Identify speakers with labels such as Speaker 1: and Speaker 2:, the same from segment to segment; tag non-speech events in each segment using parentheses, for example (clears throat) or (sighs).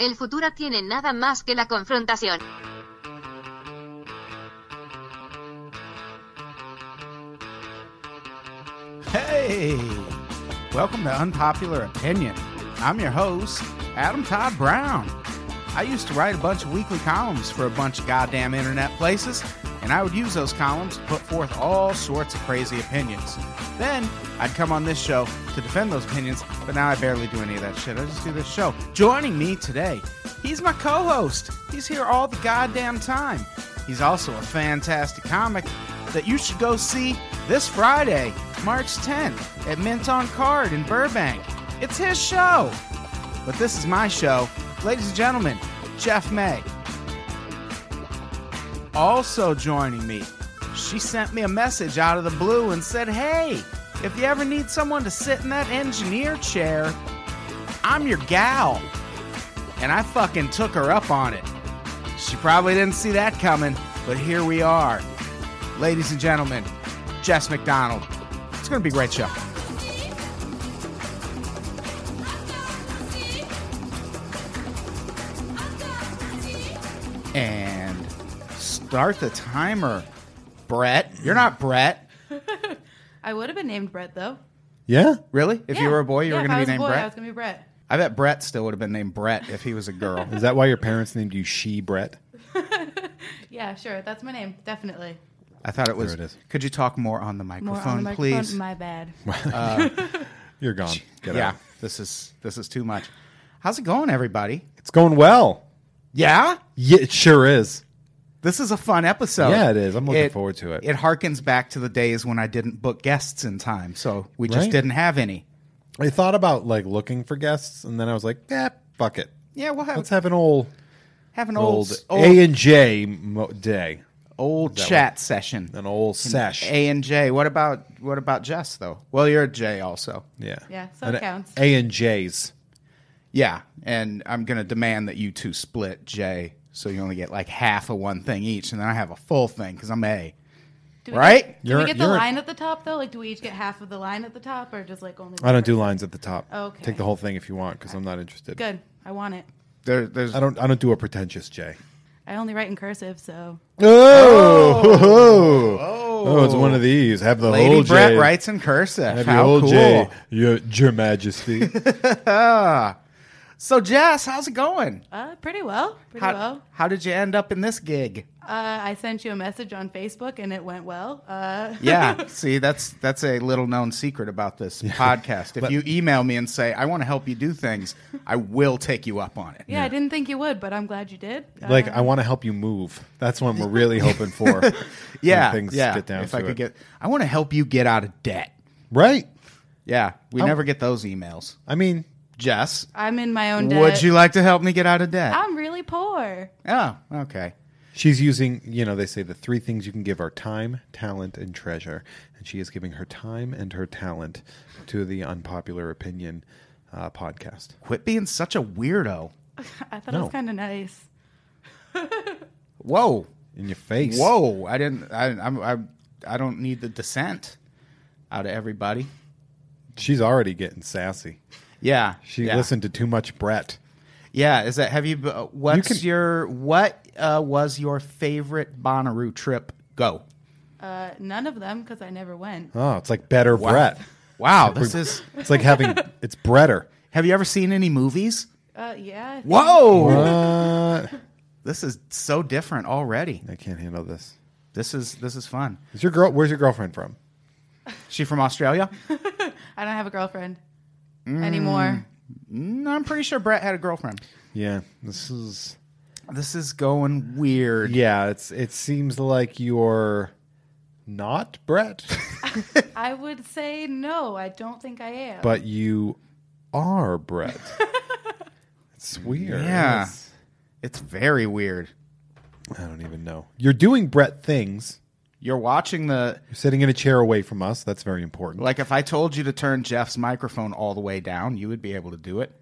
Speaker 1: El futuro tiene nada más que la confrontación.
Speaker 2: Hey, welcome to Unpopular Opinion. I'm your host, Adam Todd Brown. I used to write a bunch of weekly columns for a bunch of goddamn internet places, and I would use those columns to put forth all sorts of crazy opinions. Then I'd come on this show to defend those opinions, but now I barely do any of that shit. I just do this show. Joining me today, he's my co host. He's here all the goddamn time. He's also a fantastic comic that you should go see this Friday, March 10th, at Mint on Card in Burbank. It's his show. But this is my show. Ladies and gentlemen, Jeff May. Also joining me, she sent me a message out of the blue and said, Hey, if you ever need someone to sit in that engineer chair, I'm your gal. And I fucking took her up on it. She probably didn't see that coming, but here we are. Ladies and gentlemen, Jess McDonald. It's going to be a great show. And start the timer, Brett. You're not Brett.
Speaker 3: I would have been named Brett though.
Speaker 4: Yeah.
Speaker 2: Really? If you
Speaker 3: Yeah.
Speaker 2: were a boy, you were
Speaker 3: Yeah, if
Speaker 2: going
Speaker 3: I
Speaker 2: to
Speaker 3: was
Speaker 2: be
Speaker 3: a
Speaker 2: named
Speaker 3: boy, I was
Speaker 2: Brett.
Speaker 3: gonna be Brett.
Speaker 2: I bet Brett still would have been named Brett if he was a girl.
Speaker 4: Is that why your parents named you She Brett?
Speaker 3: Yeah, sure. That's my name, definitely.
Speaker 2: I thought it was.
Speaker 4: There it is.
Speaker 2: Could you talk more on the microphone,
Speaker 3: More on the microphone.
Speaker 2: please? (laughs)
Speaker 3: My bad.
Speaker 4: You're gone. Get
Speaker 2: yeah,
Speaker 4: out.
Speaker 2: this is this is too much. How's it going, everybody?
Speaker 4: It's going well.
Speaker 2: Yeah,
Speaker 4: Yeah, it sure is.
Speaker 2: this is a fun episode.
Speaker 4: Yeah, it is. I'm looking forward to it.
Speaker 2: It harkens back to the days when I didn't book guests in time, so we just
Speaker 4: Right.
Speaker 2: didn't have any.
Speaker 4: I thought about like looking for guests, and then I was like, yeah, fuck it.
Speaker 2: Yeah, we'll have
Speaker 4: Let's have an old
Speaker 2: have an old
Speaker 4: old
Speaker 2: old,
Speaker 4: A and J mo- day,
Speaker 2: old chat session.
Speaker 4: an old sesh.
Speaker 2: A and J. What about what about Jess though? Well, you're a J also.
Speaker 4: yeah.
Speaker 3: Yeah, so
Speaker 4: An
Speaker 3: it counts.
Speaker 4: A and J's.
Speaker 2: Yeah, and I'm gonna demand that you two split J, so you only get like half of one thing each, and then I have a full thing because I'm A.
Speaker 3: Do we
Speaker 2: Right?
Speaker 3: Get, do
Speaker 4: You're-
Speaker 3: we get the
Speaker 4: you're-
Speaker 3: line at the top though? Like, do we each get half of the line at the top, or just like only?
Speaker 4: I don't do lines at the top.
Speaker 3: Okay.
Speaker 4: Take the whole thing if you want, because I'm not interested.
Speaker 3: Good. I want it.
Speaker 2: There, there's
Speaker 4: I don't. I don't do a pretentious J.
Speaker 3: I only write in cursive, so
Speaker 4: Oh, oh, oh, it's one of these. Have the
Speaker 2: Lady
Speaker 4: whole
Speaker 2: Brett
Speaker 4: J.
Speaker 2: writes in cursive.
Speaker 4: Have
Speaker 2: How
Speaker 4: your old
Speaker 2: cool.
Speaker 4: J, your,
Speaker 2: (laughs)
Speaker 4: your Majesty.
Speaker 2: So Jess, how's it going?
Speaker 3: uh, pretty well. Pretty
Speaker 2: How,
Speaker 3: well.
Speaker 2: how did you end up in this
Speaker 3: (laughs)
Speaker 2: gig?
Speaker 3: Uh, I sent you a message on Facebook, and it went well. Uh,
Speaker 2: Yeah, see, that's that's a little known secret about
Speaker 4: (laughs)
Speaker 2: this podcast. If you email me and say I want to help you do things, I will take you up on it.
Speaker 3: yeah, I didn't think you would, but I'm glad you did. Uh,
Speaker 4: like I want to help you move. That's what we're really hoping for. when
Speaker 2: (laughs) Yeah,
Speaker 4: things
Speaker 2: yeah.
Speaker 4: get down
Speaker 2: if
Speaker 4: to
Speaker 2: I could
Speaker 4: it.
Speaker 2: get, I want to help you get out of debt.
Speaker 4: right.
Speaker 2: Yeah, we never get those emails.
Speaker 4: I mean,
Speaker 2: Jess,
Speaker 3: I'm in my own debt.
Speaker 2: would you like to help me get out of debt?
Speaker 3: I'm really poor.
Speaker 2: Oh, okay.
Speaker 4: she's using. You know, they say the three things you can give are time, talent, and treasure, and she is giving her time and her talent to the unpopular opinion uh, podcast.
Speaker 2: Quit being such a weirdo.
Speaker 3: I thought it
Speaker 4: No.
Speaker 3: was kind of nice.
Speaker 2: Whoa,
Speaker 4: In your face.
Speaker 2: whoa! I didn't. I, I'm. I, I don't need the dissent out of everybody.
Speaker 4: She's already getting sassy.
Speaker 2: Yeah,
Speaker 4: She
Speaker 2: yeah.
Speaker 4: listened to too much Brett.
Speaker 2: Yeah, is that? Have you? Uh, what's
Speaker 4: can-
Speaker 2: your? What uh, was your favorite Bonnaroo trip? Go.
Speaker 3: Uh, none of them because I never went.
Speaker 4: Oh, it's like better Brett.
Speaker 2: Wow, this is.
Speaker 4: It's like having
Speaker 2: (laughs)
Speaker 4: it's Bretter.
Speaker 2: Have you ever seen any movies?
Speaker 3: Uh, yeah. I think-
Speaker 2: Whoa,
Speaker 4: Uh,
Speaker 2: this is so different already.
Speaker 4: I can't handle this.
Speaker 2: This is this is fun.
Speaker 4: Is your girl? Where's your girlfriend from?
Speaker 2: She from Australia?
Speaker 3: I don't have a girlfriend anymore.
Speaker 2: No, I'm pretty sure Brett had a girlfriend.
Speaker 4: Yeah, this is.
Speaker 2: This is going weird.
Speaker 4: Yeah, it's it seems like you're not (laughs) Brett, Mm.
Speaker 3: I would say no. I don't think I am.
Speaker 4: but you are Brett. it's weird. (laughs)
Speaker 2: Yeah.
Speaker 4: It's-
Speaker 2: It's very weird.
Speaker 4: I don't even know. You're doing Brett things.
Speaker 2: You're watching the
Speaker 4: You're sitting in a chair away from us. That's very important.
Speaker 2: like if I told you to turn Jeff's microphone all the way down, you would be able to do it.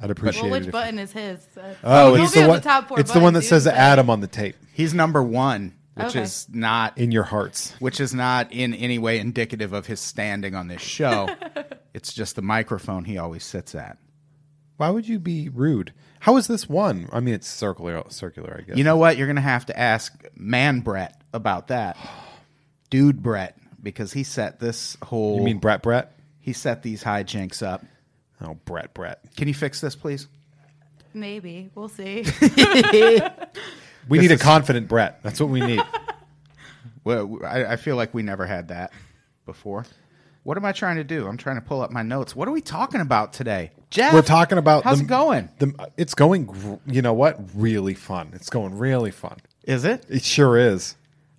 Speaker 4: I'd appreciate
Speaker 3: Well,
Speaker 4: it.
Speaker 3: which
Speaker 4: if-
Speaker 3: button is his?
Speaker 4: Oh,
Speaker 3: You'll
Speaker 4: it's
Speaker 3: be
Speaker 4: the
Speaker 3: on
Speaker 4: one.
Speaker 3: top four
Speaker 4: it's the one that
Speaker 3: buttons,
Speaker 4: says
Speaker 3: dude.
Speaker 4: Adam on the tape
Speaker 2: He's number one, which
Speaker 3: Okay.
Speaker 2: is not
Speaker 4: in your hearts.
Speaker 2: which is not in any way indicative of his standing on this show. it's just the microphone he always sits at.
Speaker 4: Why would you be rude? How is this one? I mean, it's circular. Circular, I guess.
Speaker 2: You know what? You're going to have to ask man Brett about that. Dude Brett because he set this whole
Speaker 4: you mean Brett? Brett?
Speaker 2: he set these hijinks up.
Speaker 4: Oh, Brett, Brett.
Speaker 2: Can you fix this please?
Speaker 3: Maybe we'll
Speaker 4: (laughs)
Speaker 3: see.
Speaker 4: We need a confident Brett. That's what we need.
Speaker 2: Well, I, I feel like we never had that before. What am I trying to do? I'm trying to pull up my notes. What are we talking about today, Jeff?
Speaker 4: (laughs) We're talking about
Speaker 2: how's
Speaker 4: the-
Speaker 2: it going?
Speaker 4: The, it's going. gr- You know what? Really fun. It's going really fun.
Speaker 2: Is it?
Speaker 4: It sure is.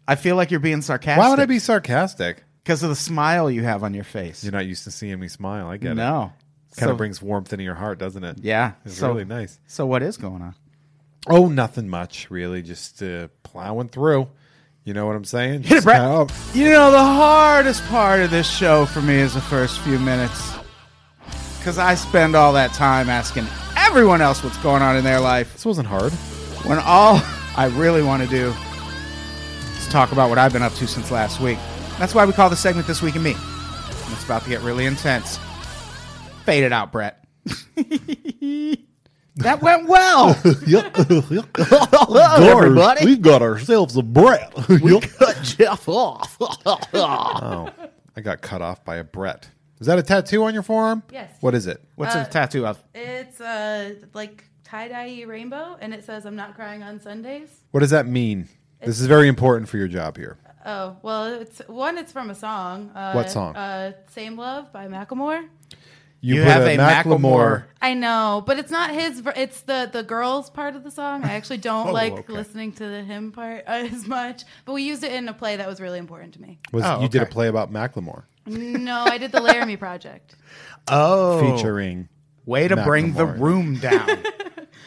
Speaker 2: I feel like you're being sarcastic.
Speaker 4: Why would I be sarcastic?
Speaker 2: Because of the smile you have on your face.
Speaker 4: You're not used to seeing me smile. I get it.
Speaker 2: no.
Speaker 4: Kind
Speaker 2: So-
Speaker 4: of brings warmth into your heart, doesn't it?
Speaker 2: Yeah.
Speaker 4: It's
Speaker 2: so-
Speaker 4: really nice.
Speaker 2: So what is going on?
Speaker 4: Oh, nothing much, really. Just uh, plowing through. You know what I'm saying?
Speaker 2: Hit it, Brett.
Speaker 4: Just- oh,
Speaker 2: You know, the hardest part of this show for me is the first few minutes. Because I spend all that time asking everyone else what's going on in their life.
Speaker 4: This wasn't hard.
Speaker 2: When all I really want to do is talk about what I've been up to since last week. That's why we call the segment This Week in Me. And It's about to get really intense. Fade it out,
Speaker 3: (laughs)
Speaker 2: Brett. that went
Speaker 3: (laughs)
Speaker 2: well. (laughs) Hello, everybody.
Speaker 4: We've got ourselves a Brett. (laughs)
Speaker 2: (laughs) cut Jeff off. (laughs)
Speaker 4: oh, I got cut off by a Brett. Is that a tattoo on your forearm?
Speaker 3: Yes.
Speaker 4: What is it?
Speaker 2: What's
Speaker 3: Uh,
Speaker 2: the tattoo of?
Speaker 3: it's uh like tie dye rainbow, and it says "I'm not crying on Sundays."
Speaker 4: What does that mean? This is very important for your job here.
Speaker 3: Oh well, it's one. It's from a song. Uh,
Speaker 4: What song?
Speaker 3: Uh, "Same Love" by Macklemore.
Speaker 4: You,
Speaker 2: You
Speaker 4: put
Speaker 2: have a Macklemore-
Speaker 4: Macklemore.
Speaker 3: I know, but it's not his. ver- It's the the girls part of the song. I
Speaker 4: (laughs)
Speaker 3: actually don't like
Speaker 4: Oh, okay.
Speaker 3: listening to the him part (laughs) as much. But we used it in a play that was really important to me.
Speaker 4: Was,
Speaker 2: Oh,
Speaker 4: You did a
Speaker 2: okay.
Speaker 4: play about Macklemore
Speaker 3: No, I did the Laramie Project.
Speaker 2: Oh,
Speaker 4: featuring.
Speaker 2: way to bring the
Speaker 4: Macklemore.
Speaker 2: room
Speaker 3: (laughs)
Speaker 2: down.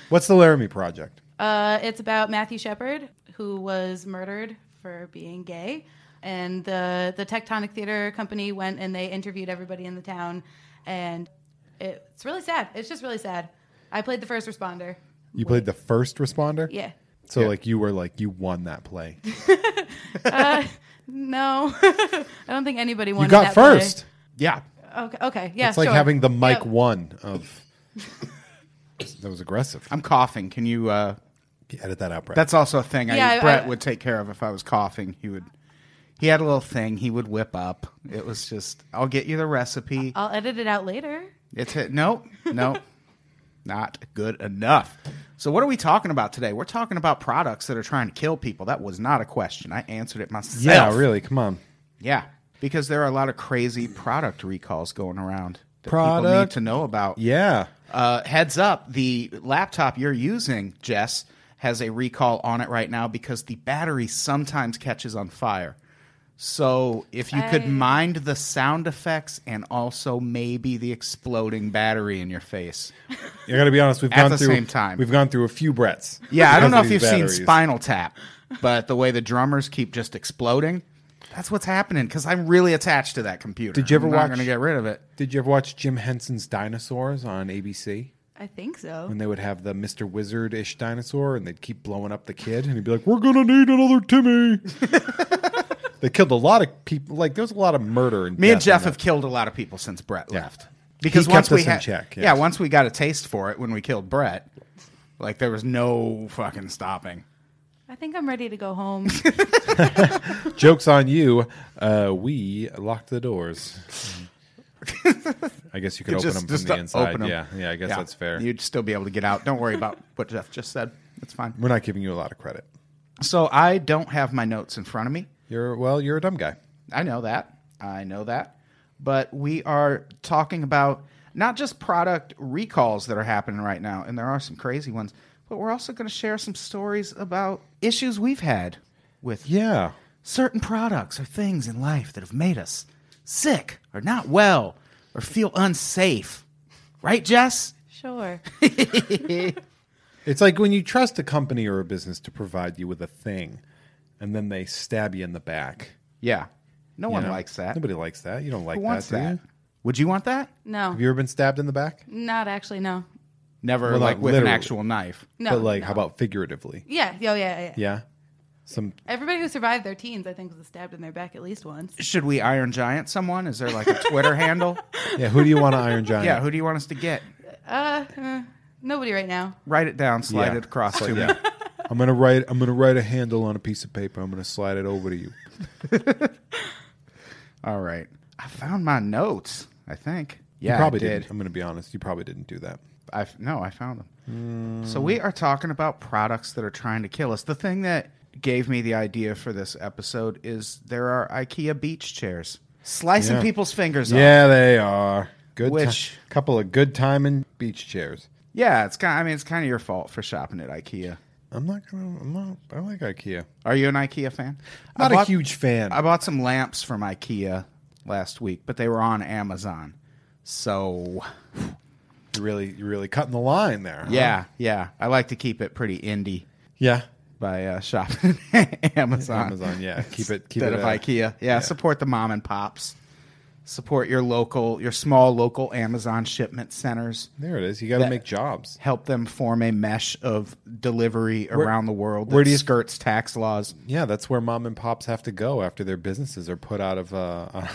Speaker 4: What's the Laramie Project?
Speaker 3: Uh, it's about Matthew Shepard, who was murdered for being gay. And the, the Tectonic Theater Company went and they interviewed everybody in the town. And it, it's really sad. It's just really sad. I played the first responder.
Speaker 4: You played the first responder?
Speaker 3: Yeah.
Speaker 4: So, like, you were like, you won
Speaker 3: (laughs)
Speaker 4: that play.
Speaker 3: No, (laughs) I don't think anybody wanted
Speaker 4: You got
Speaker 3: that play.
Speaker 4: first.
Speaker 2: yeah.
Speaker 3: Okay, okay, yeah.
Speaker 4: It's like
Speaker 3: sure.
Speaker 4: having the mic
Speaker 3: Yeah.
Speaker 4: one of. (laughs) that was aggressive.
Speaker 2: I'm coughing. Can you? uh
Speaker 4: Edit that out, Brett.
Speaker 2: That's also a thing.
Speaker 3: Yeah,
Speaker 2: I,
Speaker 3: I-
Speaker 2: Brett
Speaker 3: I-
Speaker 2: would take care of if I was coughing. He would. He had a little thing he would whip up. It was just, I'll get you the recipe.
Speaker 3: I'll edit it out later.
Speaker 2: It's hit. Nope.
Speaker 4: (laughs)
Speaker 2: Nope. Not good enough. So, what are we talking about today? We're talking about products that are trying to kill people. That was not a question. I answered it myself.
Speaker 4: yeah, really. Come on.
Speaker 2: Yeah. Because there are a lot of crazy product recalls going around that people need
Speaker 4: Product-
Speaker 2: to know about.
Speaker 4: Yeah.
Speaker 2: Uh, heads up, the laptop you're using, Jess, has a recall on it right now because the battery sometimes catches on fire. So if you could
Speaker 3: I-
Speaker 2: mind the sound effects and also maybe the exploding battery in your face.
Speaker 4: I got to be honest. We've
Speaker 2: At
Speaker 4: gone
Speaker 2: the
Speaker 4: through.
Speaker 2: same time.
Speaker 4: We've gone through a few Bretts.
Speaker 2: Yeah, I don't
Speaker 4: because
Speaker 2: know
Speaker 4: of
Speaker 2: if you've
Speaker 4: these
Speaker 2: seen
Speaker 4: batteries.
Speaker 2: Spinal Tap, but the way the drummers keep just exploding, that's what's happening because I'm really attached to that computer.
Speaker 4: Did you ever
Speaker 2: I'm
Speaker 4: watch-
Speaker 2: Not gonna get rid of it.
Speaker 4: Did you ever watch Jim Henson's Dinosaurs on ABC?
Speaker 3: I think so.
Speaker 4: When they would have the Mr. Wizard ish dinosaur and they'd keep blowing up the kid and he'd be like, We're gonna need another
Speaker 2: (laughs)
Speaker 4: Timmy. they killed a lot of people. Like, there was a lot of murder. And
Speaker 2: Me and
Speaker 4: death in
Speaker 2: Jeff
Speaker 4: that.
Speaker 2: have killed a lot of people since Brett
Speaker 4: Yeah.
Speaker 2: left. Because
Speaker 4: He
Speaker 2: once
Speaker 4: kept us
Speaker 2: we
Speaker 4: in
Speaker 2: had,
Speaker 4: check, yes.
Speaker 2: yeah, once we got a taste for it when we killed Brett, like there was no fucking stopping.
Speaker 3: I think I'm ready to go
Speaker 4: (laughs)
Speaker 3: home.
Speaker 4: Joke's on you. Uh, we locked
Speaker 2: (laughs)
Speaker 4: the doors. I guess you could open them from the
Speaker 2: to
Speaker 4: inside.
Speaker 2: open 'em.
Speaker 4: Yeah, yeah, I guess that's fair.
Speaker 2: You'd still be able to get out. Don't worry about what Jeff just said. It's fine.
Speaker 4: We're not giving you a lot of credit.
Speaker 2: So I don't have my notes in front of me.
Speaker 4: You're well, you're a dumb guy.
Speaker 2: I know that. I know that. But we are talking about not just product recalls that are happening right now, and there are some crazy ones, but we're also going to share some stories about issues we've had with
Speaker 4: Yeah.
Speaker 2: certain products or things in life that have made us sick or not well or feel unsafe. Right, Jess?
Speaker 3: sure.
Speaker 4: It's like when you trust a company or a business to provide you with a thing, and then they stab you in the back.
Speaker 2: Yeah. No
Speaker 4: you
Speaker 2: one
Speaker 4: know?
Speaker 2: likes that.
Speaker 4: Nobody likes that. You don't like
Speaker 2: Who
Speaker 4: that,
Speaker 2: wants
Speaker 4: do
Speaker 2: that?
Speaker 4: you?
Speaker 2: Would you want that?
Speaker 3: No,
Speaker 4: Have you ever been stabbed in the back?
Speaker 3: not actually. No,
Speaker 2: Never
Speaker 4: Well,
Speaker 2: like
Speaker 4: like,
Speaker 2: with
Speaker 4: literally.
Speaker 2: an actual knife.
Speaker 3: no.
Speaker 4: but like,
Speaker 3: no.
Speaker 4: how about figuratively?
Speaker 3: Yeah, oh, yeah, yeah, yeah.
Speaker 4: Yeah. Some
Speaker 3: Everybody who survived their teens, I think, was stabbed in their back at least once.
Speaker 2: Should we Iron Giant someone? Is there like a Twitter (laughs) handle?
Speaker 4: yeah. Who do you want to Iron
Speaker 2: (laughs)
Speaker 4: Giant?
Speaker 2: Yeah, who do you want us to get?
Speaker 3: Uh, uh, nobody right now.
Speaker 2: Write it down, slide
Speaker 4: Yeah.
Speaker 2: it across to
Speaker 4: Like,
Speaker 2: me.
Speaker 4: yeah. I'm gonna write. I'm gonna write a handle on a piece of paper. I'm gonna slide it over to you.
Speaker 2: All right. I found my notes, I think. Yeah,
Speaker 4: you probably
Speaker 2: I did.
Speaker 4: not I'm gonna be honest. You probably didn't do that.
Speaker 2: I f- no, I found them. So we are talking about products that are trying to kill us. The thing that gave me the idea for this episode is there are IKEA beach chairs slicing
Speaker 4: Yeah.
Speaker 2: people's fingers off.
Speaker 4: Yeah, they are. Good.
Speaker 2: Which-
Speaker 4: ti- couple of good time and beach chairs.
Speaker 2: Yeah, it's kind. I mean, it's kind of your fault for shopping at IKEA.
Speaker 4: I'm not gonna. I'm not. I like IKEA.
Speaker 2: Are you an IKEA fan?
Speaker 4: Not
Speaker 2: I
Speaker 4: a
Speaker 2: bought-
Speaker 4: huge fan.
Speaker 2: I bought some lamps from IKEA last week, but they were on Amazon. So
Speaker 4: you really, you really cutting the line there. huh?
Speaker 2: yeah, yeah, I like to keep it pretty indie
Speaker 4: Yeah.
Speaker 2: by uh, shopping (laughs) at Amazon.
Speaker 4: Amazon, yeah. Keep it- keep
Speaker 2: instead
Speaker 4: it,
Speaker 2: of
Speaker 4: uh,
Speaker 2: IKEA. Yeah, support the mom and pops. Support your local, your small local Amazon shipment centers.
Speaker 4: There it is. You got to
Speaker 2: That-
Speaker 4: make jobs.
Speaker 2: Help them form a mesh of delivery around the world that
Speaker 4: where do you-
Speaker 2: skirts tax laws.
Speaker 4: Yeah, that's where mom and pops have to go after their businesses are put out of. Uh, (laughs)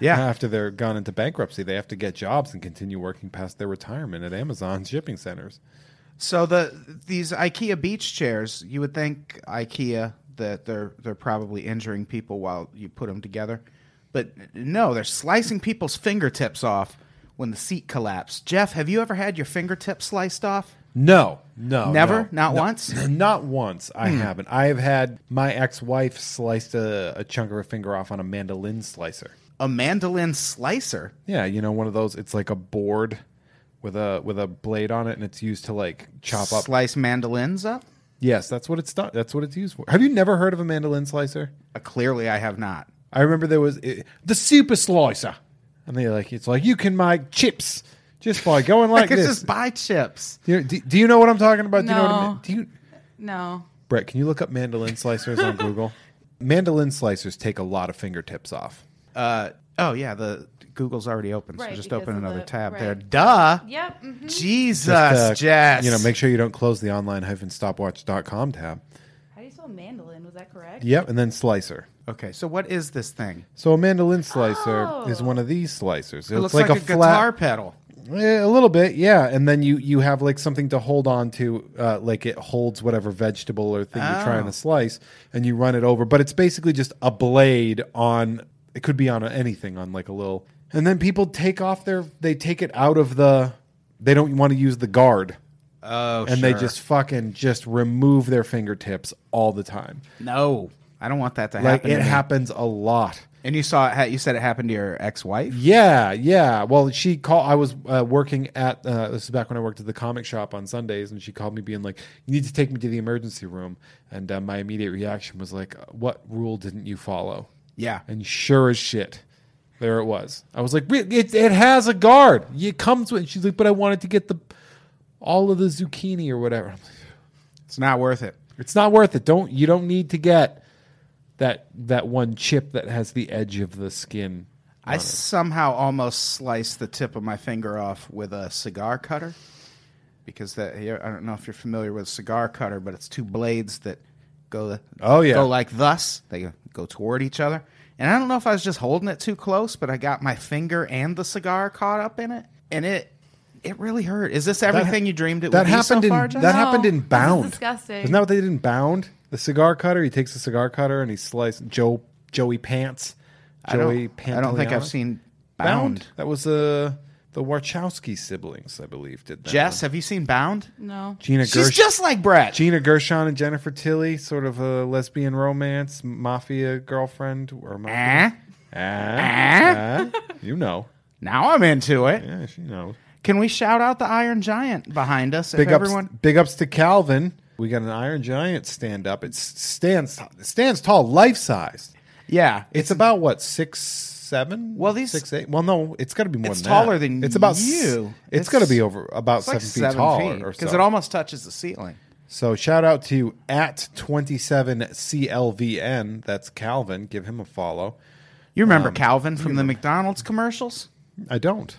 Speaker 2: Yeah.
Speaker 4: After they're gone into bankruptcy, they have to get jobs and continue working past their retirement at Amazon (laughs) shipping centers.
Speaker 2: So the these IKEA beach chairs, you would think IKEA that they're they're probably injuring people while you put them together, but no, they're slicing people's fingertips off when the seat collapsed. Jeff, have you ever had your fingertip sliced off?
Speaker 4: No, Oh, no,
Speaker 2: Never?
Speaker 4: no,
Speaker 2: Not
Speaker 4: no.
Speaker 2: once?
Speaker 4: (clears throat)
Speaker 2: Hmm.
Speaker 4: not once. I haven't. I have had my ex-wife sliced a, a chunk of her finger off on a mandolin slicer.
Speaker 2: A mandolin slicer.
Speaker 4: Yeah, you know, one of those. It's like a board with a with a blade on it, and it's used to like chop up.
Speaker 2: Slice mandolins up?
Speaker 4: yes, that's what it's done. That's what it's used for. Have you never heard of a mandolin slicer?
Speaker 2: Uh, clearly, I have not.
Speaker 4: I remember there was it, the super slicer, and they like it's like you can make chips just by going
Speaker 2: (laughs) I
Speaker 4: like
Speaker 2: could
Speaker 4: this.
Speaker 2: just buy chips.
Speaker 4: You know, do, do you know what I'm talking about? Do you know what I mean?
Speaker 3: No.
Speaker 4: Do you,
Speaker 3: No.
Speaker 4: Brett? Can you look up mandolin slicers on Google? Mandolin slicers take a lot of fingertips off.
Speaker 2: Uh, oh yeah, the Google's already open, so
Speaker 3: Right,
Speaker 2: just
Speaker 3: because
Speaker 2: open
Speaker 3: of
Speaker 2: another
Speaker 3: the-
Speaker 2: tab
Speaker 3: right.
Speaker 2: there. Duh.
Speaker 3: Yep. mhm.
Speaker 2: Jesus,
Speaker 4: Just, uh,
Speaker 2: Jess.
Speaker 4: You know, make sure you don't close the online hyphen stopwatch.com tab.
Speaker 3: How do you spell mandolin? Was that correct?
Speaker 4: Yep, and then slicer.
Speaker 2: Okay, so what is this thing?
Speaker 4: So a mandolin slicer
Speaker 3: Oh.
Speaker 4: is one of these slicers. It,
Speaker 2: It looks like, a, guitar
Speaker 4: flat,
Speaker 2: pedal.
Speaker 4: Eh, a little bit, yeah. And then you you have like something to hold on to, uh, like it holds whatever vegetable or thing you're
Speaker 2: Oh.
Speaker 4: trying to slice, and you run it over. But it's basically just a blade on. It could be on anything, on like a little. And then people take off their. They take it out of the. They don't want to use the guard,
Speaker 2: Oh,
Speaker 4: and they just fucking just remove their fingertips all the time.
Speaker 2: no. I don't want that to
Speaker 4: Like
Speaker 2: happen.
Speaker 4: it
Speaker 2: to me.
Speaker 4: happens a lot.
Speaker 2: And you saw it. Ha- you said it happened to your ex-wife.
Speaker 4: Yeah, yeah. Well, she called. I was uh, working at uh, this is back when I worked at the comic shop on Sundays, and she called me being like, "You need to take me to the emergency room." And uh, my immediate reaction was like, "Uh, "What rule didn't you follow?"
Speaker 2: Yeah.
Speaker 4: And sure as shit, there it was. I was like, "Re- "It it has a guard. It comes with." She's like, "But I wanted to get the all of the zucchini or whatever." I'm like,
Speaker 2: It's not worth it.
Speaker 4: it's not worth it. Don't you don't need to get that that one chip that has the edge of the skin.
Speaker 2: I somehow almost sliced the tip of my finger off with a cigar cutter because that here I don't know if you're familiar with a cigar cutter, but it's two blades that go
Speaker 4: Oh, yeah.
Speaker 2: go like thus. They go toward each other. And I don't know if I was just holding it too close, but I got my finger and the cigar caught up in it, and it it really hurt. Is this everything you dreamed it would
Speaker 4: that
Speaker 2: be so
Speaker 4: happened
Speaker 2: far,
Speaker 4: in
Speaker 2: John?
Speaker 4: that
Speaker 3: No,
Speaker 4: happened in
Speaker 3: this is
Speaker 4: Bound.
Speaker 3: disgusting.
Speaker 4: Isn't that what they did in Bound? The cigar cutter. He takes the cigar cutter and he slices Joe Joey Pants.
Speaker 2: I don't,
Speaker 4: Joey Pants.
Speaker 2: I don't think I've seen Bound.
Speaker 4: Bound. That was uh, the Warchowski siblings, I believe, did that.
Speaker 2: Jess,
Speaker 4: one.
Speaker 2: have you seen Bound?
Speaker 3: No.
Speaker 4: Gina
Speaker 2: She's
Speaker 4: Gersh-
Speaker 2: just like Brett.
Speaker 4: Gina Gershon and Jennifer Tilly, sort of a lesbian romance, mafia girlfriend or
Speaker 2: Eh?
Speaker 4: mafia. Ah, ah, you know.
Speaker 2: Now I'm into it.
Speaker 4: Yeah, she knows.
Speaker 2: Can we shout out the Iron Giant behind us?
Speaker 4: Big
Speaker 2: if
Speaker 4: ups,
Speaker 2: everyone,
Speaker 4: big ups to Calvin. We got an Iron Giant stand up. It stands stands tall, life size.
Speaker 2: yeah,
Speaker 4: It's about what six seven?
Speaker 2: Well, these-
Speaker 4: six eight. Well, no, it's got to be more.
Speaker 2: It's
Speaker 4: than that.
Speaker 2: taller than
Speaker 4: it's about s-
Speaker 2: you. It's-
Speaker 4: It's, got to be over about
Speaker 2: It's
Speaker 4: seven
Speaker 2: like
Speaker 4: feet
Speaker 2: seven
Speaker 4: tall
Speaker 2: feet
Speaker 4: or
Speaker 2: because
Speaker 4: so.
Speaker 2: it almost touches the ceiling.
Speaker 4: so shout out to at twenty seven CLVN. That's Calvin. Give him a follow.
Speaker 2: You remember
Speaker 4: Um,
Speaker 2: Calvin from the McDonald's commercials?
Speaker 4: I don't.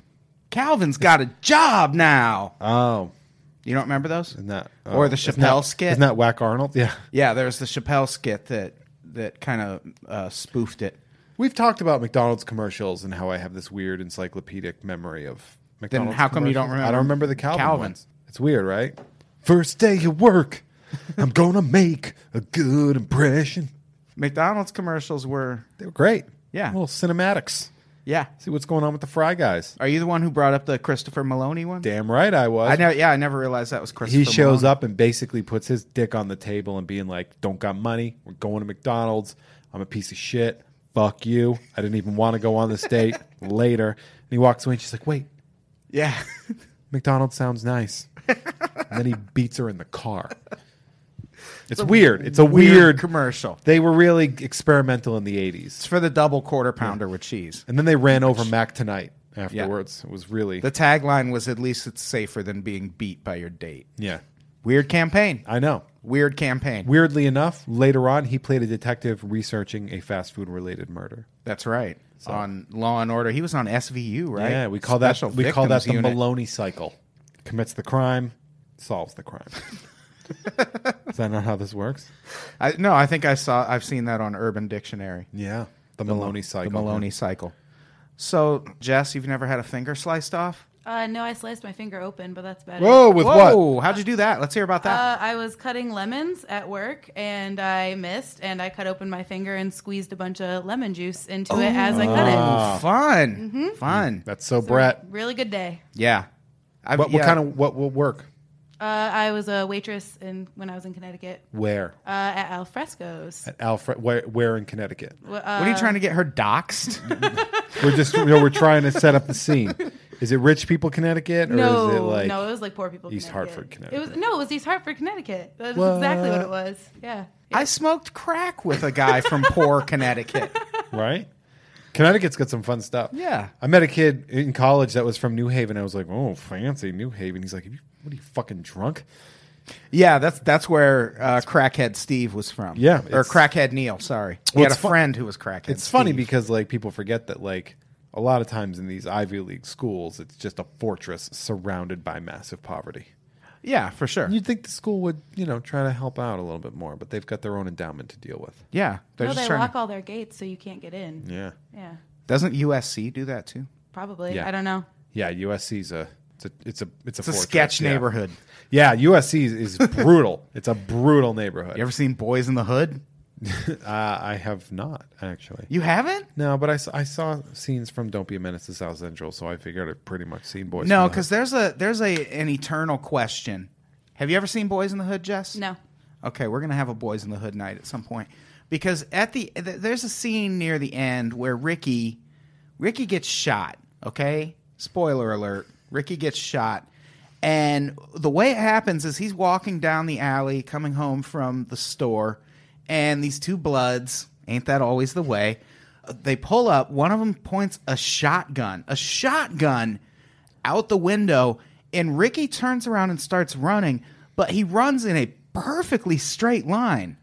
Speaker 2: Calvin's got a job now.
Speaker 4: Oh,
Speaker 2: You don't remember those?
Speaker 4: and that
Speaker 2: or the
Speaker 4: oh, isn't
Speaker 2: Chappelle
Speaker 4: that-
Speaker 2: skit?
Speaker 4: Isn't that Whack Arnold? Yeah.
Speaker 2: yeah, there's the Chappelle skit that that kind of uh, spoofed it.
Speaker 4: We've talked about McDonald's commercials and how I have this weird encyclopedic memory of McDonald's.
Speaker 2: how come you don't
Speaker 4: commercials.
Speaker 2: remember
Speaker 4: I don't remember the Calvin,
Speaker 2: Calvin?
Speaker 4: ones. It's weird, right? First day
Speaker 2: (laughs)
Speaker 4: of work, I'm gonna make a good impression.
Speaker 2: McDonald's commercials were
Speaker 4: They were great.
Speaker 2: Yeah.
Speaker 4: little cinematics.
Speaker 2: yeah.
Speaker 4: See what's going on with the Fry guys.
Speaker 2: Are you the one who brought up the Christopher Maloney one?
Speaker 4: Damn right I was.
Speaker 2: I know. Yeah, I never realized that was Christopher.
Speaker 4: He shows
Speaker 2: Maloney.
Speaker 4: up and basically puts his dick on the table and being like, "Don't got money. We're going to McDonald's. I'm a piece of shit. Fuck you. I didn't even want to go on
Speaker 2: (laughs)
Speaker 4: this date." Later, and he walks away. and She's like, "Wait,
Speaker 2: Yeah, (laughs)
Speaker 4: McDonald's sounds nice. and then he beats her in the car. It's, weird. It's a weird,
Speaker 2: commercial.
Speaker 4: They were really experimental in the 80s.
Speaker 2: It's for the double quarter pounder with cheese.
Speaker 4: And then they ran over Mac Tonight afterwards. It was really.
Speaker 2: The tagline was at least it's safer than being beat by your date.
Speaker 4: yeah.
Speaker 2: Weird campaign.
Speaker 4: I know.
Speaker 2: Weird campaign.
Speaker 4: Weirdly enough, later on, he played a detective researching a fast food related murder.
Speaker 2: That's right. On Law and Order, he was on SVU, right?
Speaker 4: Oh. Yeah, we call that
Speaker 2: Special
Speaker 4: we call that
Speaker 2: Victims
Speaker 4: the
Speaker 2: Unit.
Speaker 4: Maloney cycle. Commits the crime, solves the crime. Is that not how this works?
Speaker 2: I, no, I think I saw. I've seen that on Urban Dictionary.
Speaker 4: Yeah, the, Maloney cycle.
Speaker 2: The Maloney cycle. So, Jess, you've never had a finger sliced off?
Speaker 3: Uh, no, I sliced my finger open, but that's better.
Speaker 4: Whoa, Oh, with what?
Speaker 2: Whoa! How'd you do that? Let's hear about that.
Speaker 3: Uh, I was cutting lemons at work and I missed, and I cut open my finger and squeezed a bunch of lemon juice into it as I cut it.
Speaker 2: fun, fun.
Speaker 4: Ah. Mm-hmm. That's so Oh, Brett.
Speaker 3: Really good day.
Speaker 2: Yeah. I've,
Speaker 4: What,
Speaker 2: yeah.
Speaker 4: what kind of what will work?
Speaker 3: Uh, I was a waitress in, when I was in Connecticut
Speaker 4: Where?
Speaker 3: uh, at Alfresco's.
Speaker 4: Alfred, where, where in Connecticut?
Speaker 2: What are you trying to get her doxxed?
Speaker 4: (laughs) We're just you know, we're trying to set up
Speaker 3: (laughs)
Speaker 4: the scene. Is it rich people Connecticut or
Speaker 3: no,
Speaker 4: is it like
Speaker 3: no, it was like poor people.
Speaker 4: East Hartford,
Speaker 3: It was
Speaker 4: Connecticut?
Speaker 3: no, it was East Hartford, Connecticut. That's exactly what it was. Yeah.
Speaker 2: I smoked crack with a guy from poor Connecticut.
Speaker 4: right? Connecticut's got some fun stuff.
Speaker 2: Yeah.
Speaker 4: I met a kid in college that was from New Haven. I was like, "Oh, fancy New Haven." He's like, "You- "What are you fucking drunk?"
Speaker 2: Yeah, that's that's where uh, crackhead Steve was from.
Speaker 4: Yeah,
Speaker 2: or
Speaker 4: it's-
Speaker 2: crackhead Neil. Sorry, he
Speaker 4: Well,
Speaker 2: had a
Speaker 4: it's fu-
Speaker 2: friend who was crackhead.
Speaker 4: It's funny
Speaker 2: Steve.
Speaker 4: because like people forget that like a lot of times in these Ivy League schools, it's just a fortress surrounded by massive poverty.
Speaker 2: yeah, for sure.
Speaker 4: You'd think the school would, you know, try to help out a little bit more, but they've got their own endowment to deal with.
Speaker 2: yeah, they're
Speaker 3: no,
Speaker 2: just
Speaker 3: they
Speaker 2: trying.
Speaker 3: lock
Speaker 2: to-
Speaker 3: all their gates so you can't get in.
Speaker 4: Yeah.
Speaker 3: Yeah,
Speaker 2: Doesn't USC do that too?
Speaker 3: probably.
Speaker 4: Yeah.
Speaker 3: I don't know.
Speaker 4: Yeah, USC's a it's a it's a it's a,
Speaker 2: It's a
Speaker 4: fortress,
Speaker 2: sketch
Speaker 4: yeah.
Speaker 2: neighborhood.
Speaker 4: Yeah,
Speaker 2: (laughs)
Speaker 4: USC is brutal. it's a brutal neighborhood.
Speaker 2: You ever seen Boys in the Hood?
Speaker 4: (laughs) uh, I have not actually.
Speaker 2: You haven't?
Speaker 4: No, but I, s- I saw scenes from Don't Be a Menace to South Central, so I figured I've pretty much seen boys.
Speaker 2: No,
Speaker 4: from the-
Speaker 2: because there's a there's a an eternal question. Have you ever seen Boys in the Hood, Jess?
Speaker 3: No.
Speaker 2: Okay, we're gonna have a Boys in the Hood night at some point because at the th- there's a scene near the end where Ricky Ricky gets shot. Okay, spoiler alert: Ricky gets shot, and the way it happens is he's walking down the alley coming home from the store, and these two bloods ain't that always the way? uh, They pull up. One of them points a shotgun, a shotgun, out the window, and Ricky turns around and starts running, but he runs in a perfectly straight line.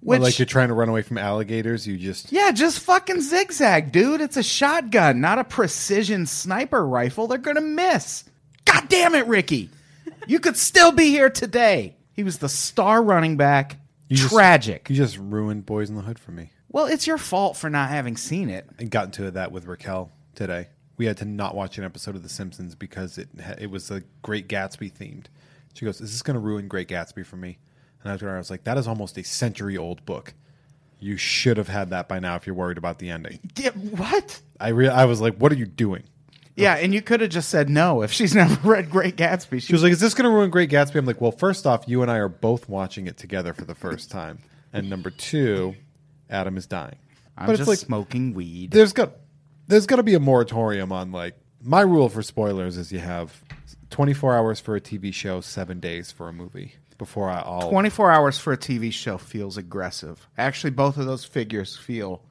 Speaker 2: Which,
Speaker 4: Well, like you're trying to run away from alligators, you just
Speaker 2: yeah, just fucking zigzag, dude. It's a shotgun, not a precision sniper rifle. They're gonna miss. God damn it, Ricky! You could still be here today. He was the star running back.
Speaker 4: you just-
Speaker 2: Tragic.
Speaker 4: you just ruined Boys in the Hood for me.
Speaker 2: well, it's your fault for not having seen it.
Speaker 4: I got into that with Raquel today. We had to not watch an episode of The Simpsons because it ha- it was a Great Gatsby themed. She goes, "Is this going to ruin Great Gatsby for me?" And after I was like, "That is almost a century old book. You should have had that by now if you're worried about the ending."
Speaker 2: Yeah, what?
Speaker 4: I re- I was like, "What are you doing?"
Speaker 2: Yeah, and you could have just said no if she's (laughs) never read Great Gatsby.
Speaker 4: She was like, "Is this going to ruin Great Gatsby?" I'm like, "Well, first off, you and I are both watching it together for the first time, and number two, Adam is dying."
Speaker 2: I'm
Speaker 4: but
Speaker 2: just
Speaker 4: it's like
Speaker 2: smoking weed.
Speaker 4: there's got there's got to be a moratorium on like my rule for spoilers is you have 24 hours for a TV show, seven days for a movie before I all
Speaker 2: 24 hours for a TV show feels aggressive. Actually, both of those figures feel.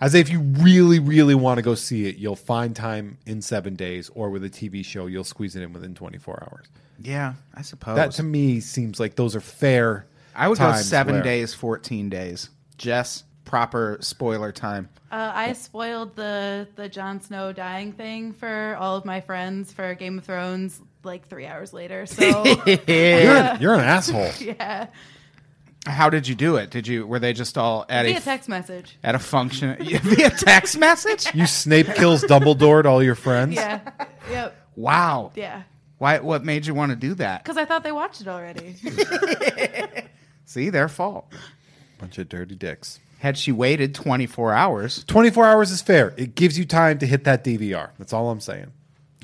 Speaker 4: As if you really, really want to go see it, you'll find time in seven days, or with a TV show, you'll squeeze it in within 24 hours.
Speaker 2: Yeah, I suppose.
Speaker 4: That to me seems like those are fair.
Speaker 2: I would go
Speaker 4: times
Speaker 2: seven
Speaker 4: where-
Speaker 2: days, 14 days. Jess, proper spoiler time.
Speaker 3: Uh, I spoiled the the Jon Snow dying thing for all of my friends for Game of Thrones like three hours
Speaker 4: (laughs)
Speaker 3: later. So
Speaker 4: You're, an- you're an asshole.
Speaker 3: yeah,
Speaker 2: How did you do it? Did you were they just all at a
Speaker 3: via text message.
Speaker 2: at a function (laughs) via text
Speaker 3: (laughs)
Speaker 2: message?
Speaker 4: You Snape kills Dumbledore to all your friends.
Speaker 3: Yeah,
Speaker 4: (laughs)
Speaker 3: yep,
Speaker 2: Wow.
Speaker 3: yeah.
Speaker 2: Why what made you want to do that?
Speaker 3: Because I thought they watched it already. (laughs)
Speaker 2: See, their fault.
Speaker 4: Bunch of dirty dicks.
Speaker 2: Had she waited 24 hours,
Speaker 4: 24 hours is fair. It gives you time to hit that DVR. That's all I'm saying.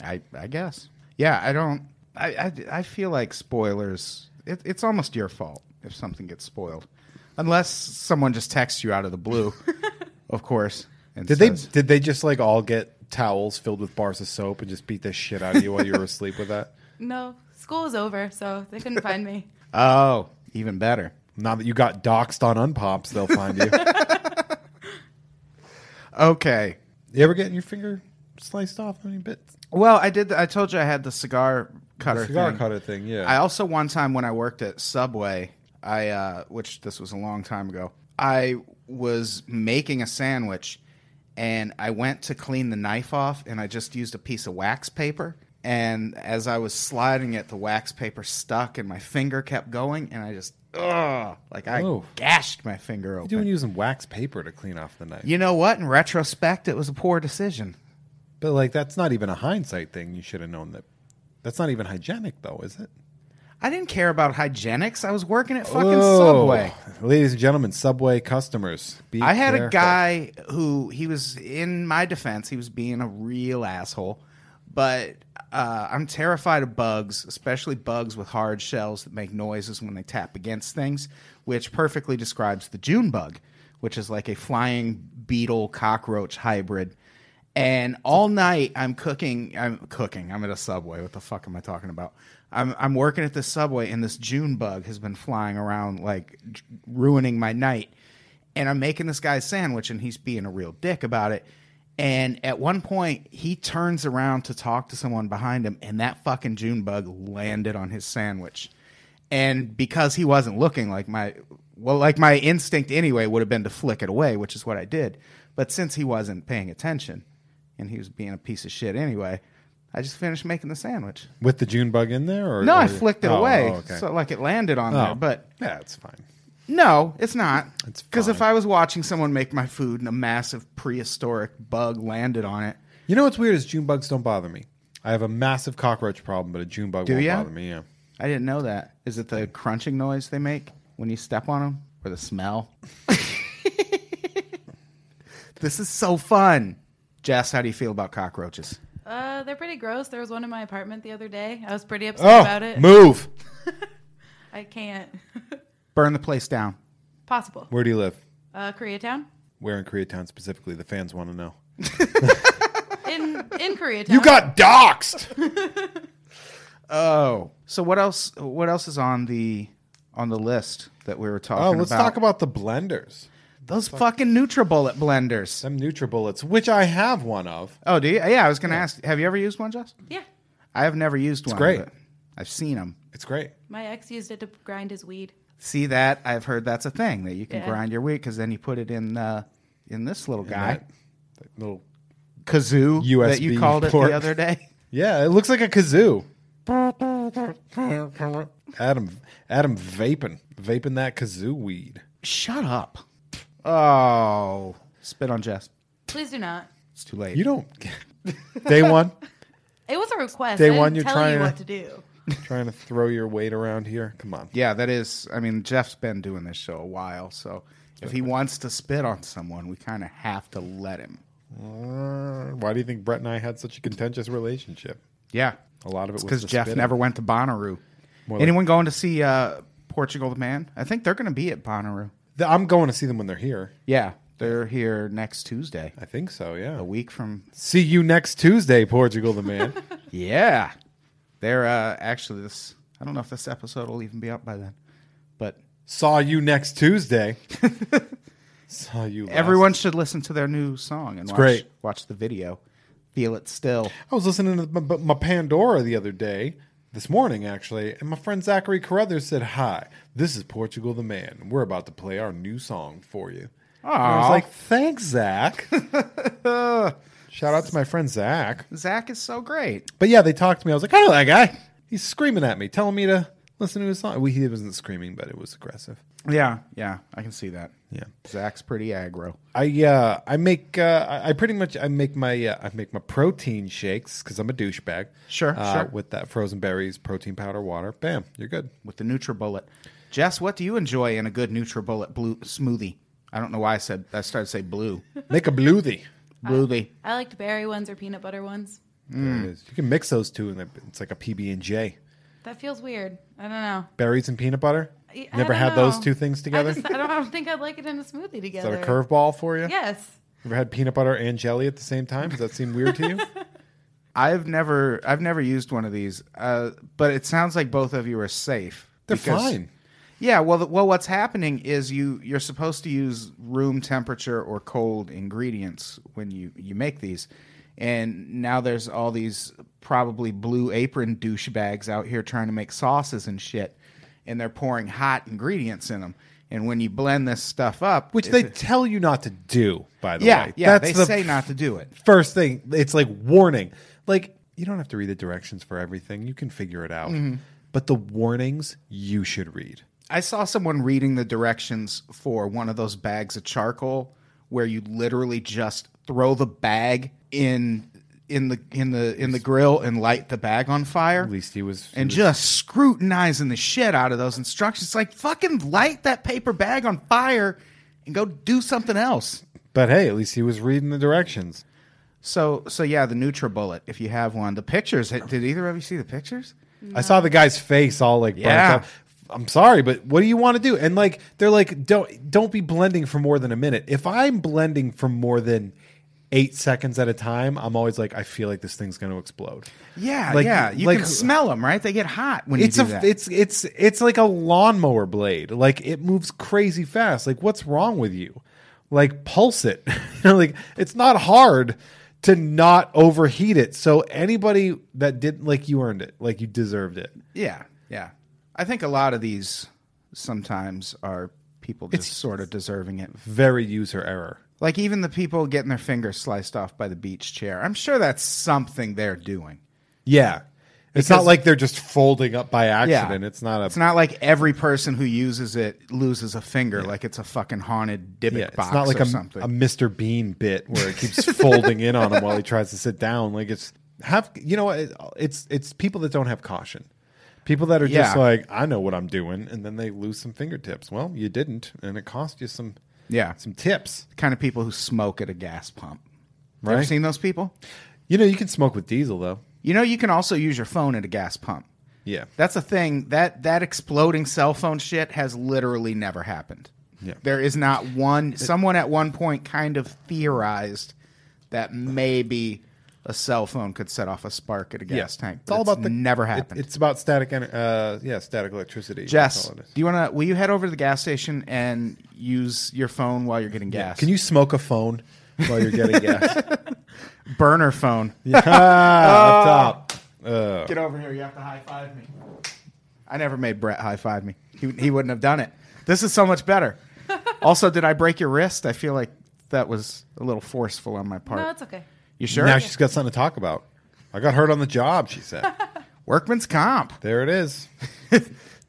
Speaker 2: I I guess. Yeah, I don't I I, I feel like spoilers it, it's almost your fault if something gets spoiled. Unless someone just texts you out of the
Speaker 3: (laughs)
Speaker 2: blue, of course. and
Speaker 4: Did they
Speaker 2: says-
Speaker 4: did they just like all get towels filled with bars of soap and just beat the shit out of you while you were asleep with that?
Speaker 3: no, school was over, so they couldn't find me.
Speaker 2: Oh, even better.
Speaker 4: Now that you got doxxed on Unpops, they'll find
Speaker 2: (laughs)
Speaker 4: you.
Speaker 2: Okay.
Speaker 4: you ever getting your finger sliced off any bits?
Speaker 2: Well, I did. I told you I had the cigar cutter.
Speaker 4: cigar
Speaker 2: thing.
Speaker 4: cutter thing, yeah.
Speaker 2: I also one time when I worked at Subway, I uh, which this was a long time ago. I was making a sandwich, and I went to clean the knife off, and I just used a piece of wax paper. And as I was sliding it, the wax paper stuck, and my finger kept going, and I just ugh, like I
Speaker 4: Oh.
Speaker 2: gashed my finger
Speaker 4: you doing
Speaker 2: open.
Speaker 4: using wax paper to clean off the knife.
Speaker 2: You know what? In retrospect, it was a poor decision.
Speaker 4: But like that's not even a hindsight thing. You should have known that. That's not even hygienic though, is it?
Speaker 2: I didn't care about hygienics. I was working at fucking
Speaker 4: Whoa.
Speaker 2: Subway.
Speaker 4: Ladies and gentlemen, Subway customers. Be
Speaker 2: I had
Speaker 4: careful.
Speaker 2: a guy who he was in my defense, he was being a real asshole. But uh, I'm terrified of bugs, especially bugs with hard shells that make noises when they tap against things, which perfectly describes the June bug, which is like a flying beetle cockroach hybrid. And all night I'm cooking. I'm cooking. I'm at a subway. What the fuck am I talking about? I'm I'm working at this subway, and this June bug has been flying around like j- ruining my night and I'm making this guy's sandwich, and he's being a real dick about it. And at one point, he turns around to talk to someone behind him, and that fucking June bug landed on his sandwich. And because he wasn't looking, like my well, like my instinct anyway would have been to flick it away, which is what I did. But since he wasn't paying attention, and he was being a piece of shit anyway, I just finished making the sandwich.
Speaker 4: with the June bug in there. Or,
Speaker 2: No, I
Speaker 4: or-
Speaker 2: flicked it
Speaker 4: Oh,
Speaker 2: away,
Speaker 4: oh, okay.
Speaker 2: so like it landed on
Speaker 4: Oh.
Speaker 2: there. But
Speaker 4: yeah, it's fine.
Speaker 2: no, it's not.
Speaker 4: It's
Speaker 2: because if
Speaker 4: fine.
Speaker 2: I was watching someone make my food and a massive prehistoric bug landed on it,
Speaker 4: You know what's weird is June bugs don't bother me. I have a massive cockroach problem, but a June bug won't
Speaker 2: ya?
Speaker 4: bother me. Yeah.
Speaker 2: I didn't know that. Is it the crunching noise they make when you step on them, or the smell? (laughs) this is so fun, Jess. How do you feel about cockroaches?
Speaker 3: Uh, they're pretty gross. There was one in my apartment the other day. I was pretty upset about
Speaker 4: Oh,
Speaker 3: it.
Speaker 4: move.
Speaker 3: I can't. (laughs)
Speaker 2: Burn the place down.
Speaker 3: Possible.
Speaker 4: Where do you live?
Speaker 3: Uh, Koreatown.
Speaker 4: Where in Koreatown specifically? The fans want to know. (laughs)
Speaker 3: In in Koreatown.
Speaker 4: You got doxxed.
Speaker 2: Oh, so what else? What else is on the on the list that we were talking
Speaker 4: (laughs) oh,
Speaker 2: about?
Speaker 4: let's talk about the blenders.
Speaker 2: those fucking NutriBullet blenders.
Speaker 4: Some NutriBullets, which I have one of.
Speaker 2: Oh, do you? Yeah, I was gonna ask. Have you ever used one, Jess?
Speaker 3: Yeah.
Speaker 2: I have never used one.
Speaker 4: great.
Speaker 2: but I've seen them.
Speaker 4: It's great.
Speaker 3: My ex used it to grind his weed.
Speaker 2: See that? I've heard that's a thing that you can
Speaker 3: Yeah.
Speaker 2: grind your wheat because then you put it in uh, in this little guy
Speaker 4: that- that little.
Speaker 2: kazoo that
Speaker 4: USB
Speaker 2: you called
Speaker 4: port.
Speaker 2: it the other
Speaker 4: (laughs)
Speaker 2: day.
Speaker 4: Yeah, it looks like a kazoo. Adam, Adam vaping, vaping that kazoo weed.
Speaker 2: Shut up! Oh, spit on Jess.
Speaker 3: Please do not.
Speaker 2: It's too late.
Speaker 4: You don't. (laughs) Day one,
Speaker 3: It was a request.
Speaker 4: Day
Speaker 3: I didn't
Speaker 4: one, you're
Speaker 3: tell
Speaker 4: trying
Speaker 3: you
Speaker 4: to-
Speaker 3: what to do.
Speaker 4: trying to throw your weight around here. Come on.
Speaker 2: yeah, that is. I mean, Jeff's been doing this show a while, so if he wants to spit on someone, we kind of have to let him.
Speaker 4: Uh, Why do you think Brett and I had such a contentious relationship?
Speaker 2: Yeah,
Speaker 4: A lot of it was
Speaker 2: because
Speaker 4: the
Speaker 2: Jeff
Speaker 4: spitting.
Speaker 2: never went to Bonnaroo.
Speaker 4: More like-
Speaker 2: Anyone going to see uh, Portugal the Man? I think they're going to be at Bonnaroo.
Speaker 4: The- I'm going to see them when they're here.
Speaker 2: Yeah, they're here next Tuesday,
Speaker 4: I think so. Yeah.
Speaker 2: a week from.
Speaker 4: Uh, See you next Tuesday, Portugal the (laughs) man.
Speaker 2: Yeah, they're uh, actually this. I don't know if this episode will even be up by then, but
Speaker 4: Saw you next Tuesday. (laughs) Saw you. last-
Speaker 2: Everyone should listen to their new song and watch,
Speaker 4: great.
Speaker 2: watch the video. Feel it still.
Speaker 4: I was listening to my, my Pandora the other day, this morning actually, and my friend Zachary Carruthers said, "Hi, this is Portugal the Man. We're about to play our new song for you." And I was
Speaker 2: Aw.
Speaker 4: like, "Thanks, (laughs) Zach." Shout out to my friend Zach.
Speaker 2: Zach is so great.
Speaker 4: But yeah, they talked to me. I was like, I know that guy. He's screaming at me, telling me to listen to his song. Well, he wasn't screaming, but it was aggressive.
Speaker 2: Yeah, yeah, I can see that.
Speaker 4: Yeah.
Speaker 2: Zach's pretty aggro.
Speaker 4: I uh, I make uh, I I pretty much I make my uh, I make my protein shakes because I'm a douchebag.
Speaker 2: Sure,
Speaker 4: uh,
Speaker 2: sure.
Speaker 4: With that frozen berries, protein powder, water, bam, you're good.
Speaker 2: with the NutriBullet. Jess, what do you enjoy in a good NutriBullet blue smoothie? I don't know why I said I started to say blue.
Speaker 4: Make a bluthie.
Speaker 2: Bluey.
Speaker 3: I liked berry ones or peanut butter ones.
Speaker 2: Mm.
Speaker 4: There it is. You can mix those two, and it's like a PB and J.
Speaker 3: That feels weird. I don't know.
Speaker 4: Berries and peanut butter.
Speaker 3: I- I
Speaker 4: Never
Speaker 3: don't
Speaker 4: had those
Speaker 3: know.
Speaker 4: two things together.
Speaker 3: I, just, I, don't, I don't think I'd like it in a smoothie
Speaker 4: Is that
Speaker 3: together.
Speaker 4: a curveball for you?
Speaker 3: Yes.
Speaker 4: Ever had peanut butter and jelly at the same time? Does that seem
Speaker 3: (laughs)
Speaker 4: weird to you?
Speaker 2: I've never I've never used one of these, uh, but it sounds like both of you are safe.
Speaker 4: They're
Speaker 2: because-
Speaker 4: fine.
Speaker 2: Yeah, well, th- well, what's happening is you you're supposed to use room temperature or cold ingredients when you you make these, and now there's all these probably blue apron douchebags out here trying to make sauces and shit, and they're pouring hot ingredients in them. And when you blend this stuff up,
Speaker 4: Which
Speaker 2: if (laughs)
Speaker 4: they
Speaker 2: it-
Speaker 4: tell you not to do, by the
Speaker 2: yeah
Speaker 4: way.
Speaker 2: yeah
Speaker 4: That's
Speaker 2: they
Speaker 4: the
Speaker 2: say not to do it.
Speaker 4: first thing. It's like warning. Like you don't have to read the directions for everything. You can figure it out.
Speaker 2: Mm-hmm.
Speaker 4: But the warnings you should read.
Speaker 2: I saw someone reading the directions for one of those bags of charcoal where you literally just throw the bag in in the in the in the grill and light the bag on fire.
Speaker 4: At least he was
Speaker 2: and just scrutinizing the shit out of those instructions. Like fucking light that paper bag on fire and go do something else.
Speaker 4: But hey, at least he was reading the directions.
Speaker 2: So so yeah, the NutriBullet if you have one. The pictures. Did either of you see the pictures?
Speaker 4: I saw the guy's face all like burnt
Speaker 2: Yeah.
Speaker 4: up. I'm sorry, but what do you want to do? And like they're like, don't don't be blending for more than a minute. If I'm blending for more than eight seconds at a time, I'm always like, I feel like this thing's going to explode.
Speaker 2: Yeah,
Speaker 4: Like-
Speaker 2: yeah. You
Speaker 4: like-
Speaker 2: can smell them, right? They get hot when
Speaker 4: It's
Speaker 2: you
Speaker 4: a
Speaker 2: do that.
Speaker 4: it's it's it's like a lawnmower blade. Like it moves crazy fast. Like what's wrong with you? Like pulse it. (laughs) You know, like it's not hard to not overheat it. So anybody that didn't like you earned it. Like you deserved it.
Speaker 2: Yeah, yeah. I think a lot of these sometimes are people just sort of deserving it.
Speaker 4: Very user error.
Speaker 2: Like even the people getting their fingers sliced off by the beach chair. I'm sure that's something they're doing.
Speaker 4: Yeah. It's
Speaker 2: Because-
Speaker 4: not like they're just folding up by
Speaker 2: Yeah.
Speaker 4: accident. It's not a
Speaker 2: It's not like every person who uses it loses a finger like it's a fucking haunted Dybbuk
Speaker 4: yeah,
Speaker 2: box
Speaker 4: it's not like
Speaker 2: or
Speaker 4: a,
Speaker 2: something.
Speaker 4: a Mr. Bean bit where it keeps folding in on him while he tries to sit down. Like it's have you know what? It- it's it's people that don't have caution. People that are just
Speaker 2: Yeah.
Speaker 4: like, I know what I'm doing, and then they lose some fingertips. Well, you didn't, and it cost you some
Speaker 2: yeah.
Speaker 4: some tips.
Speaker 2: kind of people who smoke at a gas pump. You ever
Speaker 4: Right.
Speaker 2: seen those people?
Speaker 4: You know, you can smoke with diesel though.
Speaker 2: You know you can also use your phone at a gas pump.
Speaker 4: Yeah.
Speaker 2: That's a thing that that exploding cell phone shit has literally never happened.
Speaker 4: Yeah.
Speaker 2: There is not one someone at one point kind of theorized that maybe a cell phone could set off a spark at a
Speaker 4: Yeah.
Speaker 2: gas tank.
Speaker 4: It's all about the
Speaker 2: never
Speaker 4: it-
Speaker 2: happened.
Speaker 4: it's about static, ener- uh, yeah, static electricity. That's
Speaker 2: Jess,
Speaker 4: all it
Speaker 2: do
Speaker 4: is.
Speaker 2: you want to? Will you head over to the gas station and use your phone while you're getting gas?
Speaker 4: can you smoke a phone while
Speaker 2: (laughs)
Speaker 4: you're getting gas? (laughs)
Speaker 2: burner phone?
Speaker 4: Yeah, up top.
Speaker 2: Get over here. You have to high five me. I never made Brett high five me. He, he wouldn't have done it. This is so much (laughs) better. also, did I break your wrist? I feel like that was a little forceful on my part.
Speaker 3: No, it's okay.
Speaker 2: You sure?
Speaker 4: Now she's got something to talk about. I got hurt on the job, she (laughs) said.
Speaker 2: Workman's comp. (laughs)
Speaker 4: there it (laughs) is.
Speaker 2: Do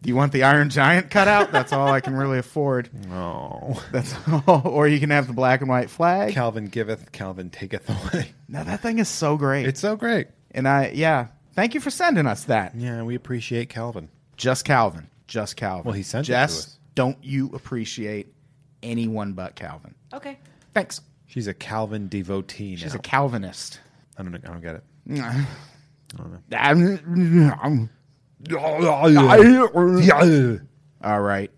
Speaker 2: you want the Iron Giant cutout? That's all I can really afford.
Speaker 4: Oh.
Speaker 2: That's all. (laughs) Or you can have the black and white flag.
Speaker 4: Calvin giveth, Calvin taketh away.
Speaker 2: no, that thing is so great.
Speaker 4: (laughs) It's so great.
Speaker 2: and I, yeah, thank you for sending us that.
Speaker 4: Yeah, we appreciate Calvin.
Speaker 2: Just Calvin. Just Calvin.
Speaker 4: Well, he sent it to
Speaker 2: Jess,
Speaker 4: us.
Speaker 2: don't you appreciate anyone but Calvin?
Speaker 3: Okay.
Speaker 2: Thanks.
Speaker 4: She's a Calvin devotee now.
Speaker 2: She's a Calvinist.
Speaker 4: I don't know. I don't get it. (laughs)
Speaker 2: All right.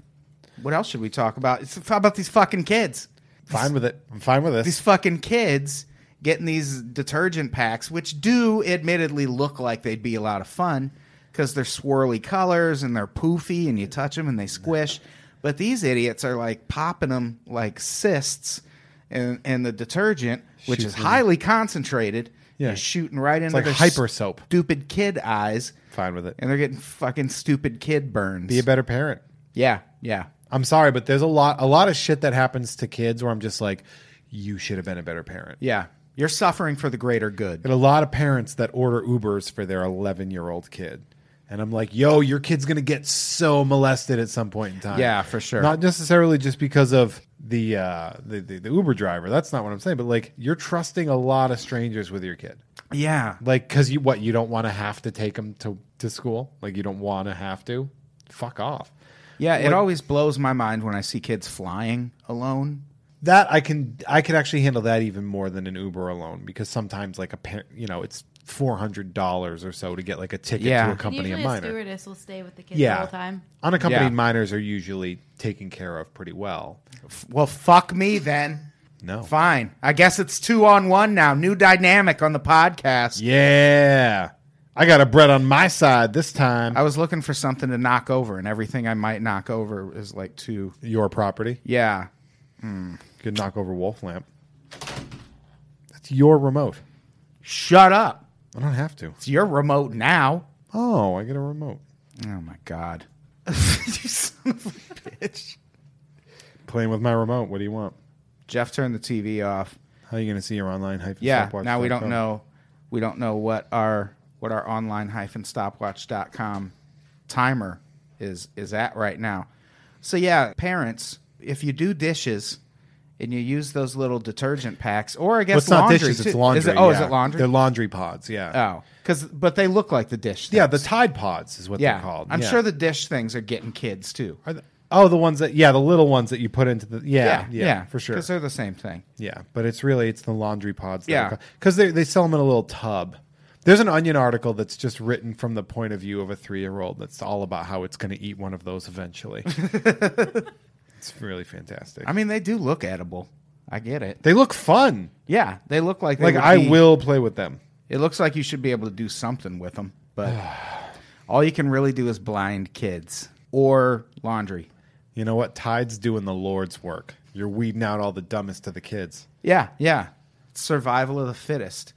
Speaker 2: What else should we talk about? It's how about these fucking kids.
Speaker 4: Fine with it. I'm fine with
Speaker 2: These
Speaker 4: this.
Speaker 2: fucking kids getting these detergent packs, which do admittedly look like they'd be a lot of fun because they're swirly colors and they're poofy and you touch them and they squish. But these idiots are like popping them like cysts, and and the detergent, which is
Speaker 4: Shoots in-
Speaker 2: highly concentrated,
Speaker 4: Yeah.
Speaker 2: is shooting right into
Speaker 4: like
Speaker 2: their
Speaker 4: hyper soap.
Speaker 2: stupid kid eyes.
Speaker 4: Fine with it.
Speaker 2: and they're getting fucking stupid kid burns.
Speaker 4: Be a better parent.
Speaker 2: yeah, yeah.
Speaker 4: I'm sorry, but there's a lot a lot of shit that happens to kids where I'm just like, you should have been a better parent.
Speaker 2: Yeah. You're suffering for the greater good.
Speaker 4: And a lot of parents that order Ubers for their 11 year old kid. And I'm like, yo, your kid's going to get so molested at some point in time.
Speaker 2: Yeah, for sure.
Speaker 4: Not necessarily just because of the, uh, the, the, the Uber driver. That's not what I'm saying. But like, you're trusting a lot of strangers with your kid.
Speaker 2: Yeah.
Speaker 4: Like, cause you, what, you don't want to have to take them to, to school? Like, you don't want to have to? Fuck off.
Speaker 2: Yeah, it always blows my mind when I see kids flying alone.
Speaker 4: that I can I could actually handle that even more than an Uber alone because sometimes like a par- you know it's four hundred dollars or so to get like a ticket
Speaker 2: Yeah.
Speaker 4: to a company
Speaker 3: Usually
Speaker 4: of
Speaker 3: a
Speaker 4: minor.
Speaker 3: stewardess will stay with the kids
Speaker 4: yeah,
Speaker 3: the whole time.
Speaker 4: unaccompanied
Speaker 2: Yeah.
Speaker 4: minors are usually taken care of pretty well.
Speaker 2: F- Well, fuck me then.
Speaker 4: No,
Speaker 2: Fine. I guess it's two on one now. New dynamic on the podcast.
Speaker 4: yeah, I got a bread on my side this time.
Speaker 2: I was looking for something to knock over, and everything I might knock over is like two.
Speaker 4: Your property
Speaker 2: Yeah.
Speaker 4: could knock over Wolf Lamp. That's your remote.
Speaker 2: Shut up.
Speaker 4: I don't have to.
Speaker 2: It's your remote now.
Speaker 4: Oh, I get a remote.
Speaker 2: Oh, my God. you son of a bitch.
Speaker 4: Playing with my remote. What do you want?
Speaker 2: Jeff turned the TV off.
Speaker 4: How are you going to see your online hyphen?
Speaker 2: Yeah.
Speaker 4: stopwatch
Speaker 2: Now we
Speaker 4: dot
Speaker 2: don't
Speaker 4: com?
Speaker 2: know. We don't know what our what our online hyphen stopwatch.com timer is is at right now. So yeah, parents, if you do dishes and you use those little detergent packs, or I guess
Speaker 4: Well, it's not
Speaker 2: laundry
Speaker 4: dishes. It's
Speaker 2: too-
Speaker 4: laundry.
Speaker 2: Is it, oh, is
Speaker 4: yeah.
Speaker 2: it laundry?
Speaker 4: They're laundry pods. Yeah.
Speaker 2: oh, because but they look like the dish. Things.
Speaker 4: yeah, the Tide Pods is what
Speaker 2: yeah.
Speaker 4: they're called.
Speaker 2: I'm
Speaker 4: yeah.
Speaker 2: sure the dish things are getting kids too.
Speaker 4: Are the- oh, the ones that yeah, the little ones that you put into the yeah yeah, for sure
Speaker 2: Because they're the same thing.
Speaker 4: yeah. But it's really it's the laundry pods. that
Speaker 2: Yeah.
Speaker 4: are because they they sell them in a little tub. There's an Onion article that's just written from the point of view of a three year old that's all about how it's going to eat one of
Speaker 2: (laughs)
Speaker 4: those eventually. it's really fantastic.
Speaker 2: I mean, they do look edible. I get it.
Speaker 4: they look fun.
Speaker 2: Yeah, they look like they
Speaker 4: Like
Speaker 2: would
Speaker 4: I
Speaker 2: be-
Speaker 4: will play with them.
Speaker 2: It looks like you should be able to do something with them, but (sighs) all you can really do is blind kids or laundry.
Speaker 4: You know what? Tide's doing the Lord's work. You're weeding out all the dumbest of the kids.
Speaker 2: Yeah, yeah. It's survival of the fittest.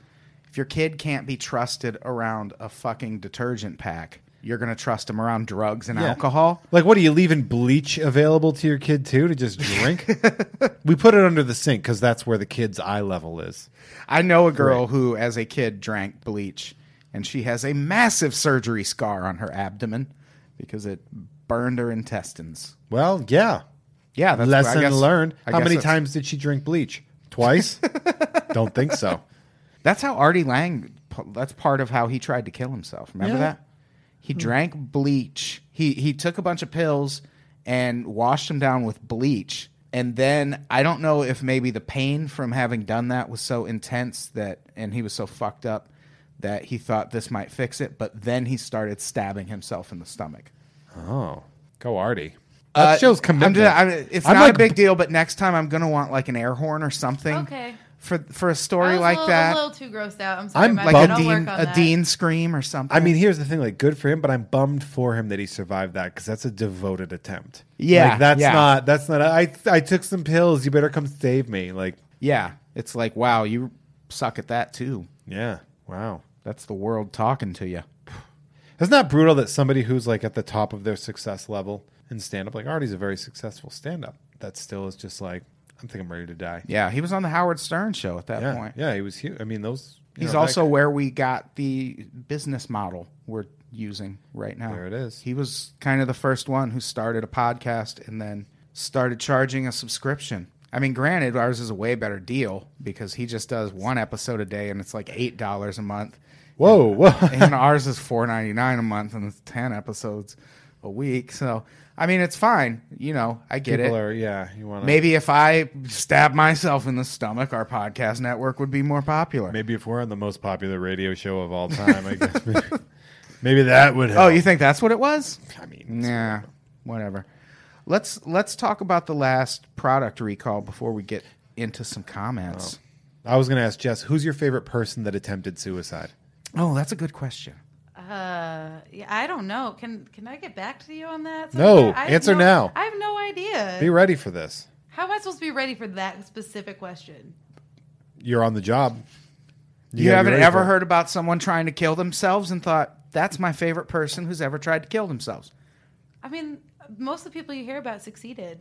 Speaker 2: If your kid can't be trusted around a fucking detergent pack, you're going to trust him around drugs and
Speaker 4: Yeah.
Speaker 2: alcohol.
Speaker 4: Like, what are you leaving bleach available to your kid too to just
Speaker 2: (laughs)
Speaker 4: drink? we put it under the sink because that's where the kid's eye level is.
Speaker 2: I know a girl who, as a kid, drank bleach, and she has a massive surgery scar on her abdomen because it burned her intestines.
Speaker 4: Well, yeah.
Speaker 2: Yeah, that's
Speaker 4: Lesson
Speaker 2: I guess-
Speaker 4: learned.
Speaker 2: I
Speaker 4: How
Speaker 2: guess
Speaker 4: many
Speaker 2: that's-
Speaker 4: times did she drink bleach? Twice?
Speaker 2: (laughs)
Speaker 4: Don't think so.
Speaker 2: That's how Artie Lang. That's part of how he tried to kill himself. Remember
Speaker 4: Yeah. Mm-hmm.
Speaker 2: that? He drank bleach. He he took a bunch of pills and washed them down with bleach. And then I don't know if maybe the pain from having done that was so intense that, and he was so fucked up that he thought this might fix it. But then he started stabbing himself in the stomach.
Speaker 4: Oh, go Artie. That shows commitment.
Speaker 2: Uh, I'm just, I'm, it's
Speaker 4: I'm
Speaker 2: not
Speaker 4: like-
Speaker 2: a big deal, but next time I'm gonna want like an air horn or something.
Speaker 3: Okay.
Speaker 2: For for a
Speaker 3: I
Speaker 2: story
Speaker 3: was
Speaker 2: like
Speaker 3: a little,
Speaker 2: that,
Speaker 3: A little too grossed out. I'm sorry.
Speaker 4: I'm
Speaker 3: Mike,
Speaker 4: bugged.
Speaker 2: like
Speaker 3: I
Speaker 2: a
Speaker 3: don't
Speaker 2: dean
Speaker 3: work on
Speaker 2: a
Speaker 3: that.
Speaker 2: dean scream or something.
Speaker 4: I mean, here's the thing. Like, good for him, but I'm bummed for him that he survived that because that's a devoted attempt.
Speaker 2: Yeah,
Speaker 4: Like, that's
Speaker 2: yeah.
Speaker 4: not. That's not. I I took some pills. You better come save me. Like,
Speaker 2: Yeah, it's like wow, you suck at that too.
Speaker 4: yeah. Wow.
Speaker 2: That's the world talking to you.
Speaker 4: Isn't that brutal that somebody who's like at the top of their success level in stand up, like Artie's a very successful stand up, that still is just like, I think I'm ready to die.
Speaker 2: Yeah, he was on the Howard Stern show at that
Speaker 4: Yeah.
Speaker 2: point.
Speaker 4: Yeah. He was huge. I mean, those. you
Speaker 2: He's
Speaker 4: know, that
Speaker 2: also
Speaker 4: guy-
Speaker 2: where we got the business model we're using right now.
Speaker 4: There it is.
Speaker 2: He was kind of the first one who started a podcast and then started charging a subscription. I mean, granted, ours is a way better deal because he just does one episode a day and it's like eight dollars a month.
Speaker 4: (laughs) Whoa. Whoa.
Speaker 2: and ours is four ninety nine a month, and it's ten episodes a week. So I mean, it's fine. You know, I get
Speaker 4: People
Speaker 2: it.
Speaker 4: are, yeah. You want to.
Speaker 2: Maybe if I stabbed myself in the stomach, our podcast network would be more popular.
Speaker 4: Maybe if we're on the most popular radio show of all time, I
Speaker 2: (laughs)
Speaker 4: guess. Maybe, maybe that would help.
Speaker 2: Oh, you think that's what it was?
Speaker 4: I mean,
Speaker 2: Nah, whatever. Let's let's talk about the last product recall before we get into some comments.
Speaker 4: Oh. I was going to ask Jess, who's your favorite person that attempted suicide?
Speaker 2: Oh, that's a good question.
Speaker 3: Uh, yeah, I don't know. Can can I get back to you on that?
Speaker 4: No,
Speaker 3: sometime? I have
Speaker 4: answer
Speaker 3: no-
Speaker 4: now.
Speaker 3: I have no idea.
Speaker 4: Be ready for this.
Speaker 3: How am I supposed to be ready for that specific question?
Speaker 4: You're on the job.
Speaker 2: You,
Speaker 4: gotta be
Speaker 2: haven't
Speaker 4: ready
Speaker 2: ever
Speaker 4: for it.
Speaker 2: heard about someone trying to kill themselves and thought, that's my favorite person who's ever tried to kill themselves.
Speaker 3: I mean, most of the people you hear about succeeded.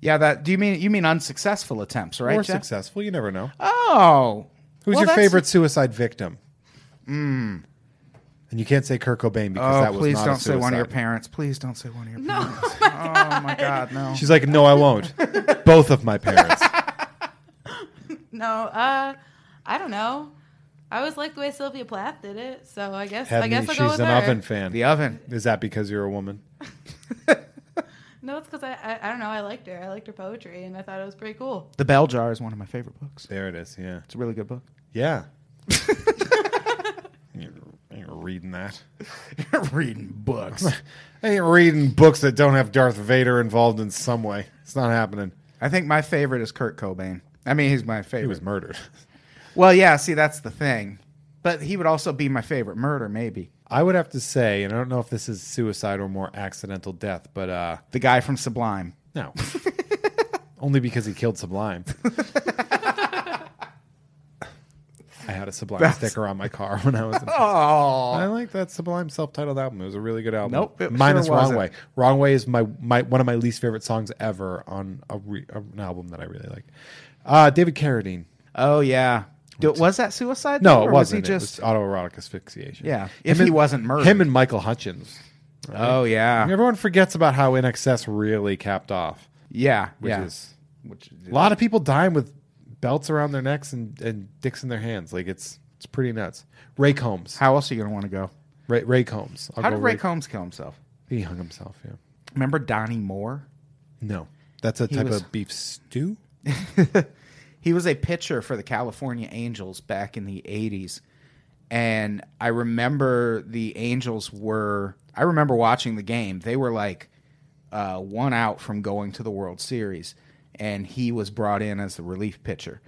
Speaker 2: Yeah, that do you mean you mean unsuccessful attempts, right?
Speaker 4: Or
Speaker 2: Jeff?
Speaker 4: successful. You never know.
Speaker 2: Oh.
Speaker 4: Who's
Speaker 2: Well, (laughs)
Speaker 4: your
Speaker 2: that's- Hmm.
Speaker 4: favorite suicide victim? And you can't say Kurt Cobain because
Speaker 2: Oh,
Speaker 4: that was
Speaker 2: please
Speaker 4: not a
Speaker 2: don't say one of your
Speaker 4: suicide.
Speaker 2: parents. Please don't say one of your parents.
Speaker 3: No,
Speaker 2: (laughs) Oh my god, no.
Speaker 4: She's like, no,
Speaker 2: (laughs)
Speaker 4: I won't. Both of my parents.
Speaker 3: no. Uh, I don't know. I always liked the way Sylvia Plath did it, so I guess I
Speaker 4: Had me.
Speaker 3: guess I'll
Speaker 4: She's
Speaker 3: go with
Speaker 4: an
Speaker 3: her.
Speaker 4: oven fan.
Speaker 2: The oven.
Speaker 4: Is that because you're a woman?
Speaker 3: No, it's because I, I I don't know. I liked her. I liked her poetry, and I thought it was pretty cool.
Speaker 2: The Bell Jar is one of my favorite books.
Speaker 4: There it is. Yeah.
Speaker 2: It's a really good book.
Speaker 4: (laughs) Yeah. You're- you're reading that.
Speaker 2: Reading books.
Speaker 4: I (laughs) ain't reading books that don't have Darth Vader involved in some way. It's not happening.
Speaker 2: I think my favorite is Kurt Cobain. I mean, he's my favorite.
Speaker 4: He was murdered.
Speaker 2: well, yeah, see, that's the thing. But he would also be my favorite murder, maybe.
Speaker 4: I would have to say, and I don't know if this is suicide or more accidental death, but uh
Speaker 2: The guy from Sublime.
Speaker 4: no. (laughs) Only because he killed Sublime. (laughs) I had a Sublime sticker on my car when I was in
Speaker 2: Oh.
Speaker 4: I like that Sublime self-titled album. It was a really good album.
Speaker 2: Nope, it
Speaker 4: minus
Speaker 2: sure
Speaker 4: Wrong
Speaker 2: wasn't.
Speaker 4: Way. Wrong Way is my, my one of my least favorite songs ever on a re, an album that I really like. Uh, David Carradine.
Speaker 2: Oh, yeah. Do, was that suicide? though,
Speaker 4: No,
Speaker 2: or
Speaker 4: it wasn't.
Speaker 2: Was he just.
Speaker 4: it was autoerotic asphyxiation.
Speaker 2: Yeah,
Speaker 4: Him
Speaker 2: if he wasn't murdered.
Speaker 4: him and Michael Hutchins.
Speaker 2: oh, yeah.
Speaker 4: Everyone forgets about how NXS really capped off.
Speaker 2: Yeah.
Speaker 4: Which
Speaker 2: yeah.
Speaker 4: is
Speaker 2: Which is-
Speaker 4: a lot of people dying with belts around their necks and, and dicks in their hands. Like it's it's pretty nuts. Ray Combs.
Speaker 2: How else are you going to want to go?
Speaker 4: Ray, Ray Combs. I'll
Speaker 2: How
Speaker 4: go
Speaker 2: did Ray Combs kill himself?
Speaker 4: He hung himself. Yeah.
Speaker 2: Remember Donnie Moore? (laughs)
Speaker 4: No, that's a
Speaker 2: He
Speaker 4: type
Speaker 2: was-
Speaker 4: of beef stew.
Speaker 2: he was a pitcher for the California Angels back in the 80s. And I remember the Angels were, I remember watching the game. They were like uh, one out from going to the World Series. And he was brought in as the relief pitcher.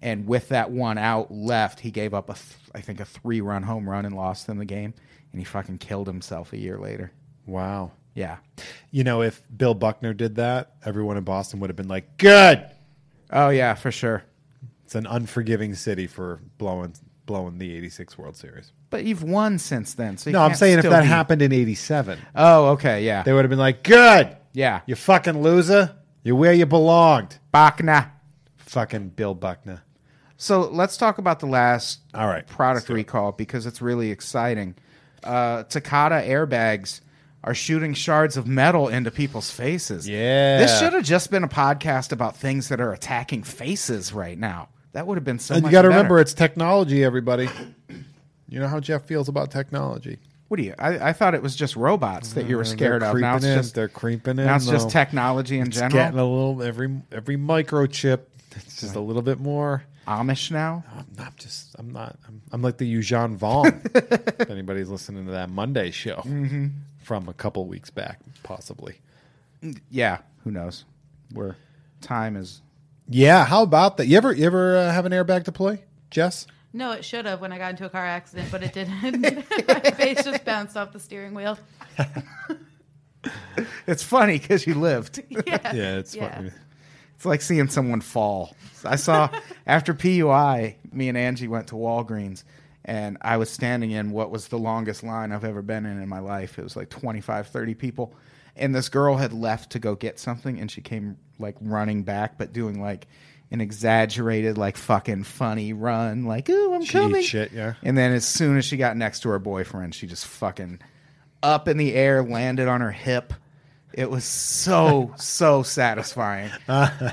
Speaker 2: And with that one out left, he gave up, a th- I think, a three run home run and lost them the game. And he fucking killed himself a year later.
Speaker 4: Wow.
Speaker 2: Yeah.
Speaker 4: You know, if Bill Buckner did that, everyone in Boston would have been like, "Good."
Speaker 2: Oh, yeah, for sure.
Speaker 4: It's an unforgiving city for blowing blowing the '86 World Series.
Speaker 2: But you've won since then. So you
Speaker 4: No, I'm
Speaker 2: can't
Speaker 4: saying if
Speaker 2: still
Speaker 4: that
Speaker 2: be-
Speaker 4: happened in '87,
Speaker 2: Oh, okay. Yeah.
Speaker 4: they would have been like, "Good."
Speaker 2: Yeah.
Speaker 4: You fucking loser. You're where you belonged.
Speaker 2: Bachna.
Speaker 4: Fucking Bill Buckner.
Speaker 2: So let's talk about the last
Speaker 4: All right, let's
Speaker 2: product
Speaker 4: do it.
Speaker 2: recall because it's really exciting. Uh, Takata airbags are shooting shards of metal into people's faces.
Speaker 4: Yeah.
Speaker 2: this should have just been a podcast about things that are attacking faces right now. That would have been so.
Speaker 4: and Uh,
Speaker 2: much
Speaker 4: you got to
Speaker 2: better.
Speaker 4: remember, it's technology, everybody. You know how Jeff feels about technology.
Speaker 2: what do you? I, I thought it was just robots that you were
Speaker 4: Uh, They're
Speaker 2: scared of. Now
Speaker 4: creeping
Speaker 2: it's
Speaker 4: in.
Speaker 2: just
Speaker 4: they're creeping in.
Speaker 2: now it's just
Speaker 4: though.
Speaker 2: technology in
Speaker 4: It's
Speaker 2: general.
Speaker 4: getting a little every every microchip. It's just a little bit more.
Speaker 2: Amish now.
Speaker 4: I'm not just. I'm not. I'm, I'm like the Eugen Vaughn. if anybody's listening to that Monday show from a couple weeks back, possibly.
Speaker 2: Yeah, who knows? Where time is.
Speaker 4: Yeah. How about that? You ever you ever uh, have an airbag deploy, Jess?
Speaker 3: No, it should have when I got into a car accident, but it didn't. (laughs) My face just bounced off the steering wheel.
Speaker 2: It's funny because you lived.
Speaker 3: Yeah,
Speaker 4: it's funny.
Speaker 2: It's like seeing someone fall. I
Speaker 4: (laughs)
Speaker 2: saw after PUI, me and Angie went to Walgreens, and I was standing in what was the longest line I've ever been in in my life. It was like 25, 30 people. And this girl had left to go get something, and she came like running back, but doing like an exaggerated, like fucking funny run, like, ooh, I'm
Speaker 4: She eats
Speaker 2: coming.
Speaker 4: shit, yeah.
Speaker 2: And then as soon as she got next to her boyfriend, she just fucking up in the air, landed on her hip. It was so, so satisfying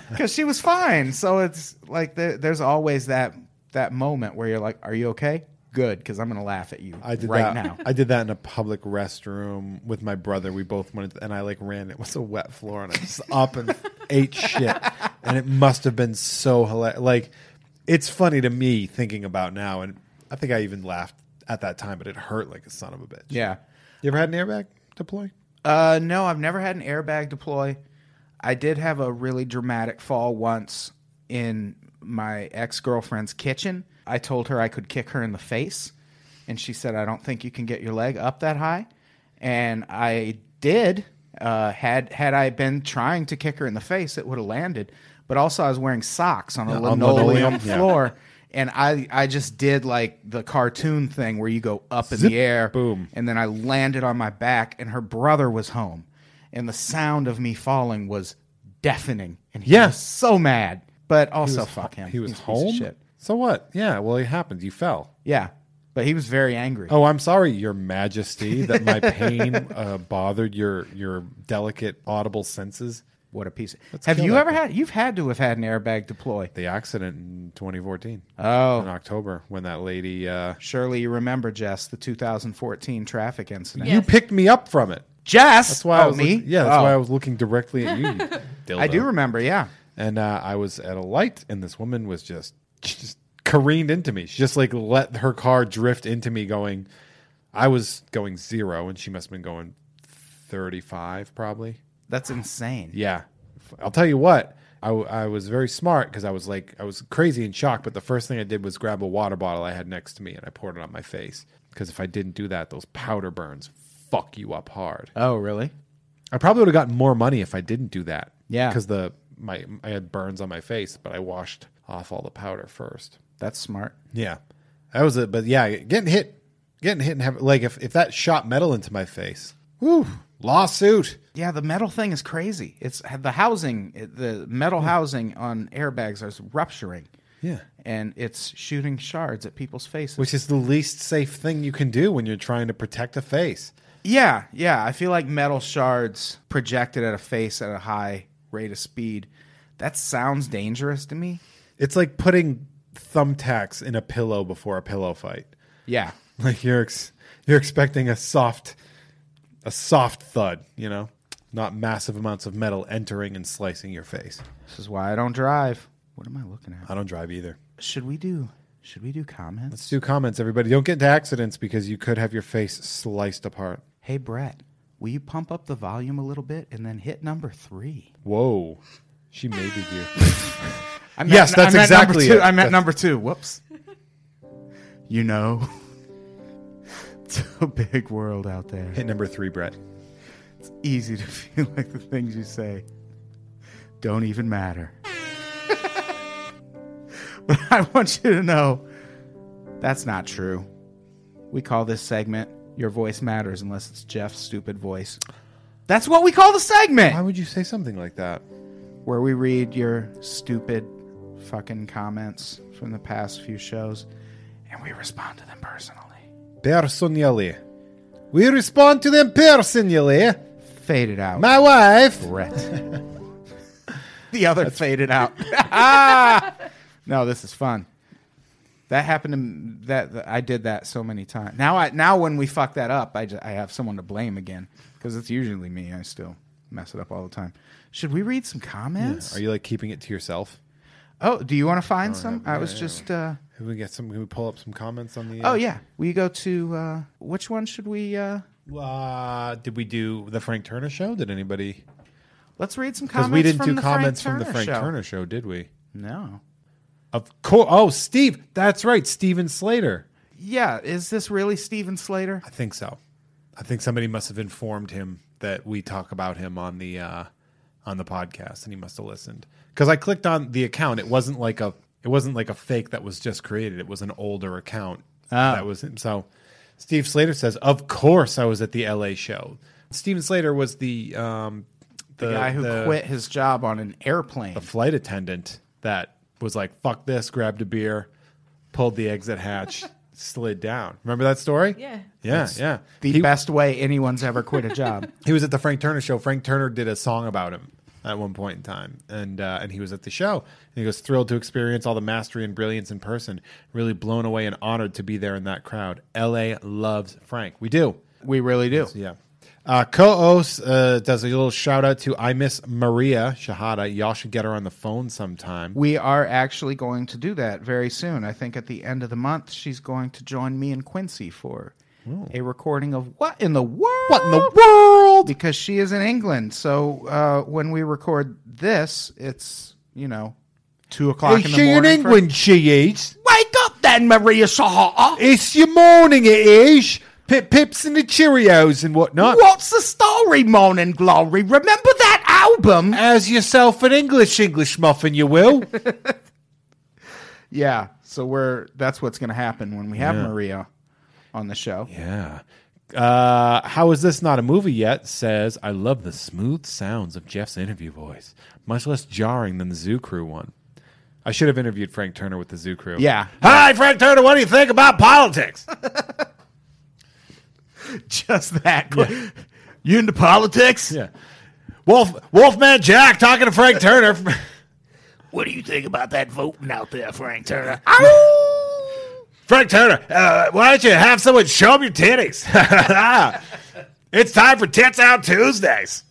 Speaker 2: because she was fine. So it's like there, there's always that that moment where you're like, "Are you okay? Good," because I'm gonna laugh at you
Speaker 4: I did
Speaker 2: right
Speaker 4: that.
Speaker 2: now.
Speaker 4: I did that in a public restroom with my brother. We both went, and I like ran. It was a wet floor, and I just up and ate shit. And it must have been so hilarious. Like, it's funny to me thinking about now, and I think I even laughed at that time, but it hurt like a son of a bitch.
Speaker 2: Yeah.
Speaker 4: You ever had an airbag deploy?
Speaker 2: Uh, no, I've never had an airbag deploy. I did have a really dramatic fall once in my ex girlfriend's kitchen. I told her I could kick her in the face, and she said, I don't think you can get your leg up that high. And I did, Uh, had had I been trying to kick her in the face, it would have landed. But also, I was wearing socks on a
Speaker 4: on
Speaker 2: linoleum,
Speaker 4: linoleum, yeah.
Speaker 2: floor, and I I just did like the cartoon thing where you go up in
Speaker 4: Zip,
Speaker 2: the air,
Speaker 4: boom.
Speaker 2: and then I landed on my back. And her brother was home, and the sound of me falling was deafening, and he
Speaker 4: Yeah.
Speaker 2: was so mad. But also, fuck him.
Speaker 4: He was
Speaker 2: He's a piece of
Speaker 4: home.
Speaker 2: shit.
Speaker 4: So what? Yeah. Well, it happened. You fell.
Speaker 2: Yeah, but he was very angry.
Speaker 4: Oh, I'm sorry, Your Majesty, that my pain uh, bothered your your delicate audible senses.
Speaker 2: What a piece! Of, have
Speaker 4: kill
Speaker 2: you
Speaker 4: that
Speaker 2: ever had? You've had to have had an airbag deploy.
Speaker 4: The accident in 2014. in
Speaker 2: Oh,
Speaker 4: October when that lady. Uh,
Speaker 2: surely you remember Jess, the 2014 traffic incident.
Speaker 4: You picked me up from it.
Speaker 2: Jess,
Speaker 4: That's why
Speaker 2: oh,
Speaker 4: I was.
Speaker 2: me.
Speaker 4: look- yeah, that's
Speaker 2: Oh.
Speaker 4: why I was looking
Speaker 2: (laughs)
Speaker 4: directly at you. you dildo.
Speaker 2: I do remember. Yeah,
Speaker 4: And uh, I was at a light, and this woman was just she just careened into me. She just like let her car drift into me, going. I was going zero, and she must have been going thirty-five, probably.
Speaker 2: that's insane.
Speaker 4: Yeah. I'll tell you what. I, w- I was very smart because I was like I was crazy and shocked. But the first thing I did was grab a water bottle I had next to me and I poured it on my face because if I didn't do that, those powder burns fuck you up hard.
Speaker 2: Oh, really?
Speaker 4: I probably would have gotten more money if I didn't do that.
Speaker 2: Yeah.
Speaker 4: because the my I had burns on my face, but I washed off all the powder first.
Speaker 2: That's smart.
Speaker 4: Yeah, that was it. But yeah, getting hit, getting hit, and have like if if that shot metal into my face, woo, lawsuit.
Speaker 2: Yeah, the metal thing is crazy. It's the housing, the metal housing on airbags is rupturing.
Speaker 4: Yeah.
Speaker 2: and it's shooting shards at people's faces.
Speaker 4: which is the least safe thing you can do when you're trying to protect a face.
Speaker 2: Yeah, yeah. I feel like metal shards projected at a face at a high rate of speed. That sounds dangerous to me.
Speaker 4: It's like putting thumbtacks in a pillow before a pillow fight. (laughs)
Speaker 2: Yeah.
Speaker 4: Like you're ex- you're expecting a soft a soft thud, you know, not massive amounts of metal entering and slicing your face.
Speaker 2: This is why I don't drive. What am I looking at?
Speaker 4: I don't drive either.
Speaker 2: Should we do should we do comments?
Speaker 4: Let's do comments, everybody. Don't get into accidents because you could have your face sliced apart.
Speaker 2: Hey Brett, will you pump up the volume a little bit and then hit number three?
Speaker 4: Whoa, she made you. (laughs)
Speaker 2: I'm
Speaker 4: Yes,
Speaker 2: at-
Speaker 4: that's
Speaker 2: I'm at number
Speaker 4: exactly
Speaker 2: two.
Speaker 4: it.
Speaker 2: I'm at
Speaker 4: That's-
Speaker 2: number two. Whoops. (laughs) You know. (laughs) it's a big world out there.
Speaker 4: Hit number three, Brett.
Speaker 2: (laughs) easy to feel (laughs) like the things you say don't even matter. (laughs) but I want you to know that's not true. We call this segment Your Voice Matters unless it's Jeff's stupid voice. That's what we call the
Speaker 4: Why
Speaker 2: segment
Speaker 4: would you say something like that?
Speaker 2: where we read your stupid fucking comments from the past few shows and we respond to them personally.
Speaker 4: Personally, we respond to them personally.
Speaker 2: Fade it out.
Speaker 4: My wife.
Speaker 2: Brett. (laughs) the other faded (laughs) out. Ah! no, this is fun. That happened to m- that that- I did that so many times. Now I now when we fuck that up, I just, I have someone to blame again because it's usually me. I still mess it up all the time. Should we read some comments?
Speaker 4: Are you like keeping it to yourself?
Speaker 2: oh, do you want to find some? I was just. Uh,
Speaker 4: Can we get some? Can we pull up some comments on the?
Speaker 2: oh yeah, we go to uh, which one should we? Uh,
Speaker 4: yeah. Uh, did we do the Frank Turner show? Did anybody?
Speaker 2: let's read some
Speaker 4: Because
Speaker 2: comments.
Speaker 4: we didn't
Speaker 2: from
Speaker 4: do
Speaker 2: the
Speaker 4: comments
Speaker 2: Frank
Speaker 4: from the Frank
Speaker 2: show.
Speaker 4: Turner show, did we?
Speaker 2: No.
Speaker 4: Of course. Oh, Steve. That's right, Steven Slater.
Speaker 2: Yeah, is this really Steven Slater?
Speaker 4: I think so. I think somebody must have informed him that we talk about him on the uh, on the podcast, and he must have listened. Because I clicked on the account, it wasn't like a it wasn't like a fake that was just created. It was an older account
Speaker 2: Ah.
Speaker 4: that was so. Steve Slater says, "Of course, I was at the LA show." Steven Slater was the um, the,
Speaker 2: guy who
Speaker 4: the-
Speaker 2: quit his job on an airplane.
Speaker 4: the flight attendant that was like, "Fuck this!" Grabbed a beer, pulled the
Speaker 2: (laughs)
Speaker 4: exit hatch, slid down. Remember that story?
Speaker 3: Yeah.
Speaker 4: yeah, yeah.
Speaker 2: The best way anyone's ever quit a
Speaker 4: (laughs)
Speaker 2: job.
Speaker 4: he was at the Frank Turner show. Frank Turner did a song about him at one point in time, and uh, and he was at the show. And he goes thrilled to experience all the mastery and brilliance in person. Really blown away and honored to be there in that crowd. L.A. loves Frank. We do.
Speaker 2: we really do.
Speaker 4: Yeah. Uh, Koos uh, does a little shout out to I miss Maria Shahada. Y'all should get her on the phone sometime.
Speaker 2: We are actually going to do that very soon. I think at the end of the month, she's going to join me and Quincy for a recording of What in the World?
Speaker 4: What in the world?
Speaker 2: Because she is in England. So uh, when we record this, it's, you know, 2 o'clock in the
Speaker 4: she
Speaker 2: morning.
Speaker 4: in
Speaker 2: for-
Speaker 4: England? She eats.
Speaker 2: Wake up then, Maria Sahara.
Speaker 4: It's your morning, it is. Pip, pips and the Cheerios and whatnot.
Speaker 2: What's the story, Morning Glory? Remember that album?
Speaker 4: As yourself an English English muffin,
Speaker 2: (laughs)
Speaker 4: you will.
Speaker 2: Yeah. So we're that's what's going to happen when we have Maria on the show.
Speaker 4: yeah. Uh, how is this not a movie yet? Says I love the smooth sounds of Jeff's interview voice, much less jarring than the Zoo Crew one. I should have interviewed Frank Turner with the Zoo Crew.
Speaker 2: Yeah.
Speaker 4: Hi, Frank Turner. What do you think
Speaker 2: (laughs)
Speaker 4: about politics?
Speaker 2: (laughs) Just that. You into politics?
Speaker 4: yeah. Wolf Wolfman Jack talking to Frank Turner.
Speaker 2: What do you think about that voting out there, Frank Turner?
Speaker 4: Frank Turner, uh, why don't you have someone show them your titties? (laughs) it's time for Tits Out Tuesdays.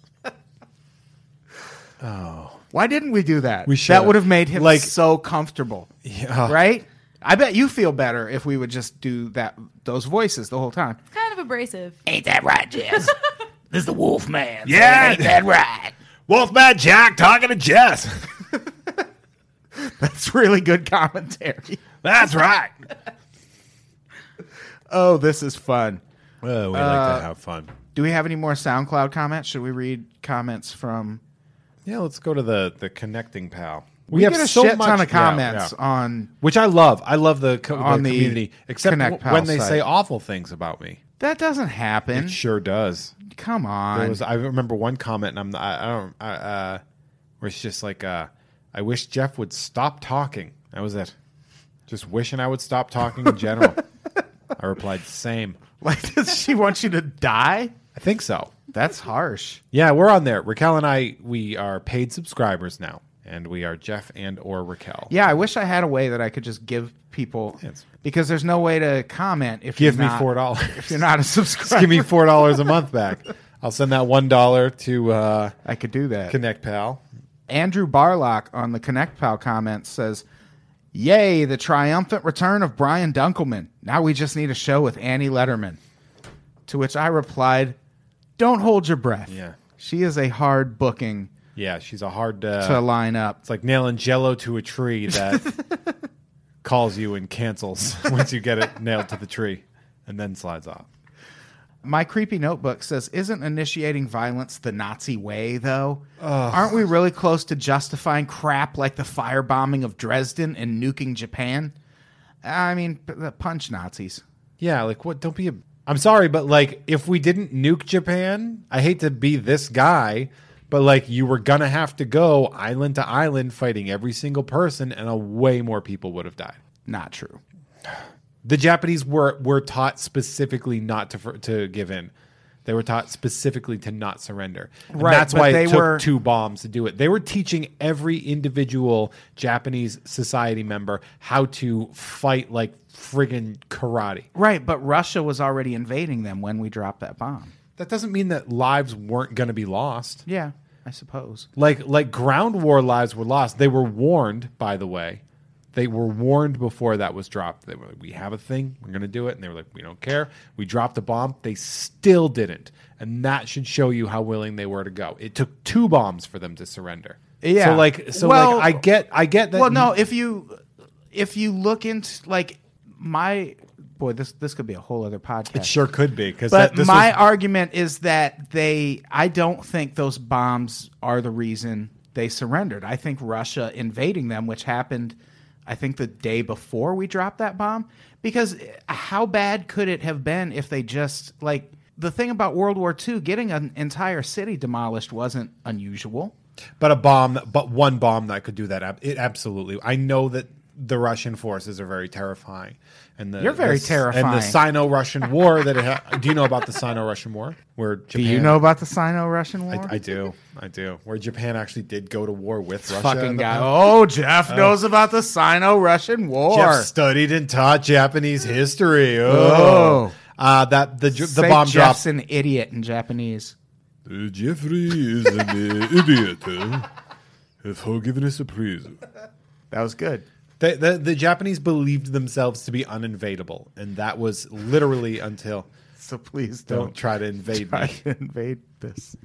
Speaker 2: Why didn't we do that?
Speaker 4: We
Speaker 2: That
Speaker 4: should've.
Speaker 2: would have made him
Speaker 4: Like-
Speaker 2: so comfortable.
Speaker 4: Yeah.
Speaker 2: Right? I bet you feel better if we would just do that those voices the whole time. (laughs)
Speaker 3: kind of abrasive.
Speaker 5: Ain't that right, Jess? this is the wolf man. so
Speaker 4: Yeah.
Speaker 5: Ain't that right?
Speaker 4: Wolfman Jack talking to Jess. (laughs)
Speaker 2: That's really good commentary.
Speaker 4: That's right.
Speaker 2: Oh, this is fun.
Speaker 4: Well, we
Speaker 2: Uh,
Speaker 4: like to have fun.
Speaker 2: Do we have any more SoundCloud comments? Should we read comments from
Speaker 4: Yeah, let's go to the, the connecting pal. We,
Speaker 2: get a shit ton of comments on
Speaker 4: Which I love. I love the, co-
Speaker 2: On
Speaker 4: the
Speaker 2: the
Speaker 4: community, except
Speaker 2: Connect
Speaker 4: w-
Speaker 2: Pal
Speaker 4: when they
Speaker 2: site.
Speaker 4: say awful things about me.
Speaker 2: that doesn't happen.
Speaker 4: It sure does.
Speaker 2: Come
Speaker 4: There
Speaker 2: on.
Speaker 4: was, I remember one comment, and I'm I, I don't I, uh, where it's just like uh, I wish Jeff would stop talking. That was it. Just wishing I would stop talking in general. I replied, "Same."
Speaker 2: (laughs) like does she want you to die?
Speaker 4: I think so.
Speaker 2: That's harsh.
Speaker 4: Yeah, we're on there. Raquel and I, we are paid subscribers now, and we are Jeff and or Raquel.
Speaker 2: Yeah, I wish I had a way that I could just give people
Speaker 4: Yes.
Speaker 2: because there's no way to comment if
Speaker 4: give
Speaker 2: you're
Speaker 4: me
Speaker 2: not-
Speaker 4: four dollars.
Speaker 2: (laughs) If you're not a subscriber,
Speaker 4: Just give me four dollars a month back. I'll send that one dollar to uh,
Speaker 2: I could do that.
Speaker 4: Connect Pal.
Speaker 2: Andrew Barlock on the Connect Pal comments says, "Yay, the triumphant return of Brian Dunkelman. Now we just need a show with Annie Letterman." To which I replied, "Don't hold your breath.
Speaker 4: Yeah.
Speaker 2: she is a hard booking
Speaker 4: Yeah, she's a hard uh,
Speaker 2: to line up.
Speaker 4: It's like nailing jello to a tree that calls you and cancels (laughs) once you get it nailed to the tree and then slides off.
Speaker 2: My creepy notebook says, "Isn't initiating violence the Nazi way, though? Aren't we really close to justifying crap like the firebombing of Dresden and nuking Japan? I mean, p- the punch Nazis."
Speaker 4: Yeah, like what don't be a I'm sorry, but like if we didn't nuke Japan, I hate to be this guy, but like you were gonna have to go island to island fighting every single person and a way more people would have died.
Speaker 2: Not true.
Speaker 4: The Japanese were were taught specifically not to fr- to give in. They were taught specifically to not surrender. And
Speaker 2: Right,
Speaker 4: that's
Speaker 2: but
Speaker 4: why
Speaker 2: they
Speaker 4: it took
Speaker 2: were-
Speaker 4: two bombs to do it. They were teaching every individual Japanese society member how to fight like friggin' karate.
Speaker 2: Right, but Russia was already invading them when we dropped that bomb.
Speaker 4: That doesn't mean that lives weren't going to be lost.
Speaker 2: Yeah, I suppose.
Speaker 4: Like like ground war lives were lost. They were warned, by the way. They were warned before that was dropped. They were like, "We have a thing. We're going to do it." And they were like, "We don't care." We dropped a bomb. They still didn't, and that should show you how willing they were to go. It took two bombs for them to surrender.
Speaker 2: Yeah.
Speaker 4: So like, so
Speaker 2: Well-
Speaker 4: like, I get, I get that.
Speaker 2: Well, no, if you if you look into like my boy, this this could be a whole other podcast.
Speaker 4: it sure could be because
Speaker 2: But
Speaker 4: this
Speaker 2: my
Speaker 4: was-
Speaker 2: argument is that they I don't think those bombs are the reason they surrendered. I think Russia invading them, which happened I think the day before we dropped that bomb, because uh, how bad could it have been if they just like the thing about World War II, getting an entire city demolished wasn't unusual.
Speaker 4: But a bomb, but one bomb that could do that. ab- It absolutely. I know that the Russian forces are very terrifying, and the
Speaker 2: You're very
Speaker 4: the s- And
Speaker 2: terrifying.
Speaker 4: the Sino-Russian war that it ha- (laughs) do you know about the Sino-Russian war? Where Japan,
Speaker 2: Do you know about the Sino-Russian War?
Speaker 4: I do, I do. Where Japan actually did go to war with Russia.
Speaker 2: Fucking
Speaker 4: in the
Speaker 2: guy.
Speaker 4: past.
Speaker 2: Oh, Jeff knows about the Sino-Russian War.
Speaker 4: Jeff studied and taught Japanese history.
Speaker 2: Oh.
Speaker 4: Oh, Uh, that the ju- the
Speaker 2: Say
Speaker 4: bomb
Speaker 2: Jeff's
Speaker 4: drops.
Speaker 2: an idiot in (laughs) Japanese.
Speaker 6: Uh, Jeffrey is an (laughs) uh, idiot uh, for giving us a prison.
Speaker 2: That was good.
Speaker 4: The, the the Japanese believed themselves to be uninvadable, and that was literally until
Speaker 2: So please
Speaker 4: don't try to invade me.
Speaker 2: invade this.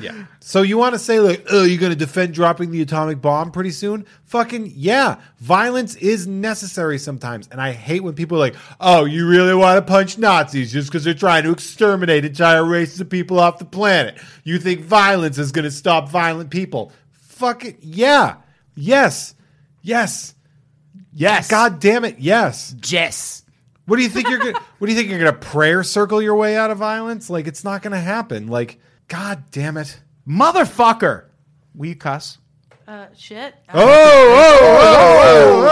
Speaker 4: Yeah. So you want to say like, oh, you're going to defend dropping the atomic bomb pretty soon? Fucking yeah. Violence is necessary sometimes, and I hate when people are like, oh, you really want to punch Nazis just because they're trying to exterminate entire races of people off the planet? You think violence is going to stop violent people? Fucking yeah. Yes. Yes.
Speaker 2: Yes.
Speaker 4: God damn it. Yes.
Speaker 5: Jess.
Speaker 4: What do you think you're gonna what do you think you're gonna prayer circle your way out of violence? Like it's not gonna happen. Like, god damn it.
Speaker 2: Motherfucker. Will you cuss?
Speaker 3: Uh, shit.
Speaker 4: Oh, oh, oh, oh,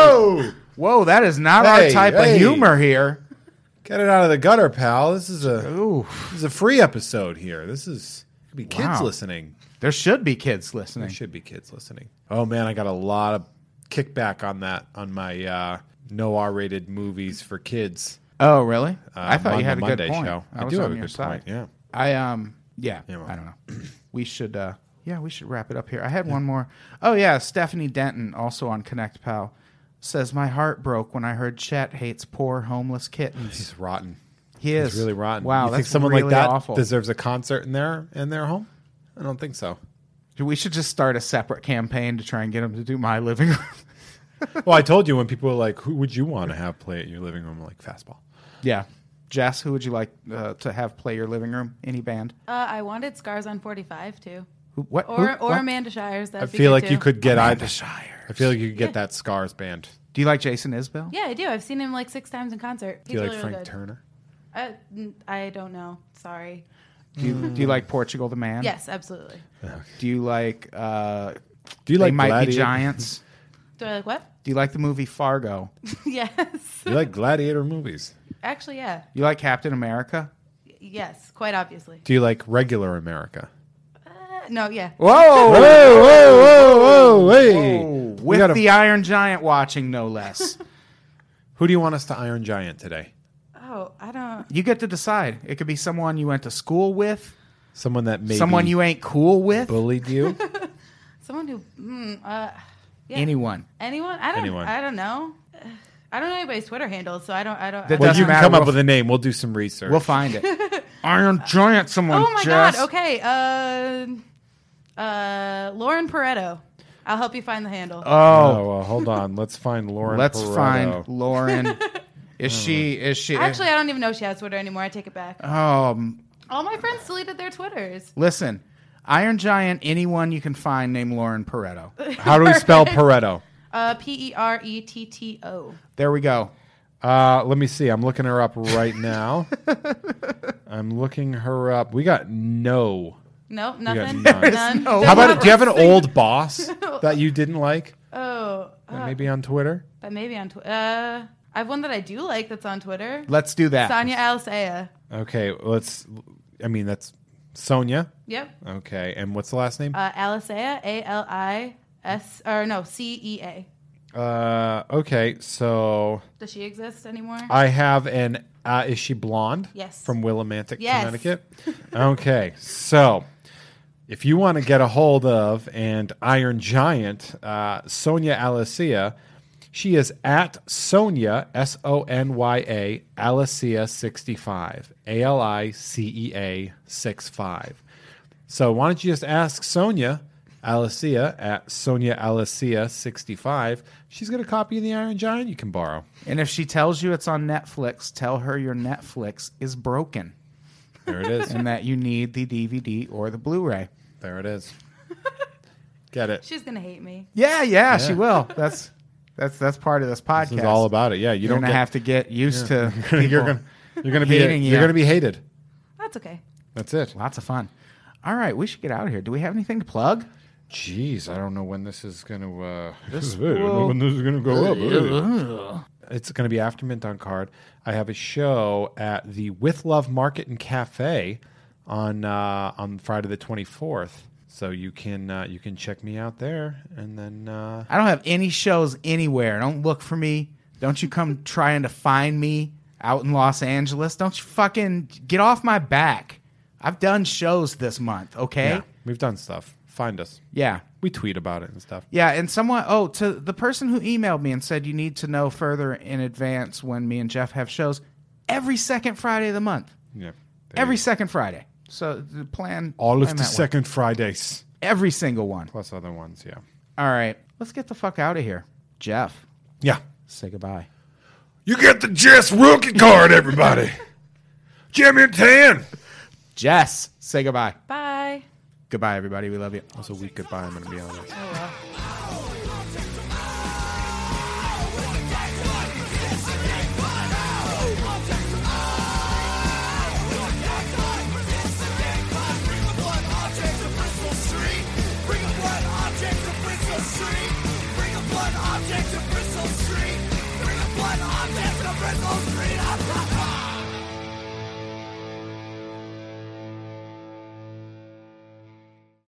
Speaker 4: oh.
Speaker 2: Whoa, that is not our
Speaker 4: Hey,
Speaker 2: type
Speaker 4: hey.
Speaker 2: of humor here.
Speaker 4: Get it out of the gutter, pal. This is a
Speaker 2: Ooh.
Speaker 4: this is a free episode here. This is could be kids
Speaker 2: Wow.
Speaker 4: listening.
Speaker 2: There should be kids listening.
Speaker 4: There should be kids listening. Oh man, I got a lot of kickback on that on my uh no R rated movies for kids.
Speaker 2: Oh, really? I
Speaker 4: um,
Speaker 2: thought
Speaker 4: on
Speaker 2: you
Speaker 4: the
Speaker 2: had a
Speaker 4: Monday
Speaker 2: good point.
Speaker 4: show.
Speaker 2: I,
Speaker 4: I
Speaker 2: was
Speaker 4: do
Speaker 2: on
Speaker 4: have a
Speaker 2: your
Speaker 4: good
Speaker 2: side.
Speaker 4: point, yeah.
Speaker 2: I um yeah,
Speaker 4: well.
Speaker 2: I don't know. We should uh yeah, we should wrap it up here. I had one more. Oh yeah, Stephanie Denton also on Connect Pal says my heart broke when I heard Chet hates poor homeless kittens.
Speaker 4: He's rotten.
Speaker 2: He is
Speaker 4: It's really rotten.
Speaker 2: Wow,
Speaker 4: you
Speaker 2: that's
Speaker 4: think someone
Speaker 2: really
Speaker 4: like that
Speaker 2: awful.
Speaker 4: deserves a concert in their in their home? I don't think so.
Speaker 2: we should just start a separate campaign to try and get him to do my living room. (laughs)
Speaker 4: Well, I told you when people were like, "Who would you want to have play at your living room?" Like fastball.
Speaker 2: yeah. Jess, who would you like uh, to have play your living room? Any band?
Speaker 3: Uh, I wanted Scars on 45 too.
Speaker 2: Who, what?
Speaker 3: Or,
Speaker 2: who,
Speaker 3: or
Speaker 2: what?
Speaker 3: Amanda Shires. That'd
Speaker 4: I
Speaker 3: be good,
Speaker 4: feel like you
Speaker 3: too.
Speaker 4: could get either. I feel like you could get that Scars band.
Speaker 2: Do you like Jason Isbell?
Speaker 3: Yeah, I do. I've seen him like six times in concert. He's
Speaker 4: Do you like
Speaker 3: really
Speaker 4: Frank
Speaker 3: good.
Speaker 4: Turner?
Speaker 3: Uh, n- I don't know. Sorry.
Speaker 2: Do you, do you like Portugal the Man?
Speaker 3: Yes, absolutely.
Speaker 2: Do you like uh,
Speaker 4: Do you
Speaker 2: They
Speaker 4: like
Speaker 2: Might Be
Speaker 4: Gladiator?
Speaker 2: Giants?
Speaker 3: Do I like what? (laughs)
Speaker 2: Do you like the movie Fargo?
Speaker 3: yes.
Speaker 4: Do you like gladiator movies?
Speaker 3: Actually, yeah.
Speaker 2: You like Captain America?
Speaker 3: Y- Yes, quite obviously.
Speaker 4: Do you like regular America?
Speaker 3: Uh, no, yeah.
Speaker 4: Whoa,
Speaker 2: Whoa!
Speaker 4: whoa, whoa, whoa! Hey,
Speaker 2: Oh! With the Iron Giant watching, no less.
Speaker 4: who do you want us to Iron Giant today?
Speaker 3: Oh, I don't.
Speaker 2: you get to decide. It could be someone you went to school with,
Speaker 4: Someone that maybe
Speaker 2: someone you ain't cool with, (laughs)
Speaker 4: bullied you.
Speaker 3: Someone who. Mm, uh, yeah.
Speaker 2: anyone.
Speaker 3: Anyone? I don't.
Speaker 4: Anyone.
Speaker 3: I don't know. (sighs) I don't know anybody's Twitter handle, so I don't. I don't.
Speaker 2: That
Speaker 3: I don't
Speaker 4: well,
Speaker 2: doesn't
Speaker 3: know.
Speaker 4: you can
Speaker 2: matter.
Speaker 4: come up
Speaker 2: We'll-
Speaker 4: with a name. We'll do some research.
Speaker 2: We'll find
Speaker 3: (laughs)
Speaker 2: it. Iron Giant, someone.
Speaker 3: Oh my
Speaker 2: Jess.
Speaker 3: god. Okay. Uh, uh, Lauren Pareto. I'll help you find the handle.
Speaker 2: Oh,
Speaker 4: Oh, well, hold on. Let's find Lauren.
Speaker 2: let's
Speaker 4: Perotto.
Speaker 2: find Lauren.
Speaker 4: (laughs)
Speaker 2: Is she? Is she?
Speaker 3: Actually, I don't even know she has Twitter anymore. I take it back.
Speaker 2: um,
Speaker 3: All my friends deleted their Twitters.
Speaker 2: listen, Iron Giant. Anyone you can find named Lauren Pareto.
Speaker 4: How do we spell Pareto?
Speaker 3: Uh, P E R E T T O.
Speaker 2: There we go.
Speaker 4: Uh, let me see. I'm looking her up
Speaker 3: (laughs)
Speaker 4: right now. I'm looking her up. We got no.
Speaker 3: Nope, nothing.
Speaker 4: none. There is
Speaker 3: None.
Speaker 2: no-
Speaker 3: Does
Speaker 4: How about
Speaker 3: not
Speaker 4: it? Do you have an
Speaker 3: a single- (laughs)
Speaker 4: old boss that you didn't like?
Speaker 3: Oh, uh,
Speaker 4: Maybe on Twitter.
Speaker 3: but maybe on Twitter. Uh, I have one that I do like that's on Twitter.
Speaker 2: Let's do that.
Speaker 3: Sonia Alisea.
Speaker 4: Okay, let's. I mean, that's Sonia.
Speaker 3: Yep.
Speaker 4: Okay, and what's the last name?
Speaker 3: Uh, Alisea. A L I S or no C E A.
Speaker 4: Uh, okay, so
Speaker 3: Does she exist anymore?
Speaker 4: I have an. Uh, is she blonde?
Speaker 3: Yes.
Speaker 4: From Willimantic,
Speaker 3: Yes.
Speaker 4: Connecticut. Okay, so if you want to get a hold of and Iron Giant uh, Sonia Alicia, she is at Sonia S O N Y A Alicia sixty five A L I C E A six five. So why don't you just ask Sonia Alicia at Sonia Alicia sixty five? She's got a copy of the Iron Giant you can borrow.
Speaker 2: And if she tells you it's on Netflix, tell her your Netflix is broken
Speaker 4: There it is.
Speaker 2: and that you need the DVD or the Blu-ray.
Speaker 4: There
Speaker 6: (laughs)
Speaker 4: it is. Get it.
Speaker 3: She's gonna hate me.
Speaker 2: Yeah, yeah, she will. That's that's that's part of this podcast.
Speaker 4: This is all about it. Yeah, you
Speaker 2: You are
Speaker 4: don't
Speaker 2: gonna
Speaker 4: get,
Speaker 2: have to get used to.
Speaker 4: (laughs) you're
Speaker 2: people.
Speaker 4: gonna you're gonna be
Speaker 2: hating
Speaker 4: you're
Speaker 2: you.
Speaker 4: gonna be hated.
Speaker 3: That's okay.
Speaker 4: That's it.
Speaker 2: Lots of fun. All right, we should get out of here. Do we have anything to plug?
Speaker 4: Jeez, I don't know when this is
Speaker 6: (laughs)
Speaker 4: gonna. Uh,
Speaker 6: This is it. I don't know when this is going to go up. eh?
Speaker 4: (laughs) it's gonna be after Mint on Card. I have a show at the With Love Market and Cafe on uh, on Friday the twenty fourth. So you can uh, you can check me out there, and then uh,
Speaker 2: I don't have any shows anywhere. Don't look for me. Don't you come trying to find me out in Los Angeles. Don't you fucking get off my back. I've done shows this month, okay?
Speaker 4: yeah, we've done stuff. Find us.
Speaker 2: Yeah.
Speaker 4: We tweet about it and stuff.
Speaker 2: Yeah, and someone oh, to the person who emailed me and said you need to know further in advance when me and Jeff have shows every second Friday of the month.
Speaker 4: Yeah,
Speaker 2: every second Friday. So the plan
Speaker 4: All
Speaker 2: plan
Speaker 4: of the
Speaker 2: that one.
Speaker 4: second Fridays.
Speaker 2: every single one.
Speaker 4: Plus other ones, yeah.
Speaker 2: All right, let's get the fuck out of here, Jeff.
Speaker 4: Yeah.
Speaker 2: Say goodbye.
Speaker 6: You get the Jess rookie card, everybody. Jimmy and Tan.
Speaker 2: Jess, say goodbye.
Speaker 3: Bye.
Speaker 2: Goodbye, everybody. We love you.
Speaker 4: It's a week goodbye, I'm going to be honest.
Speaker 7: Bring a blood object to Bristol Street. Bring a blood object to Bristol Street. Bring a blood object to Bristol Street.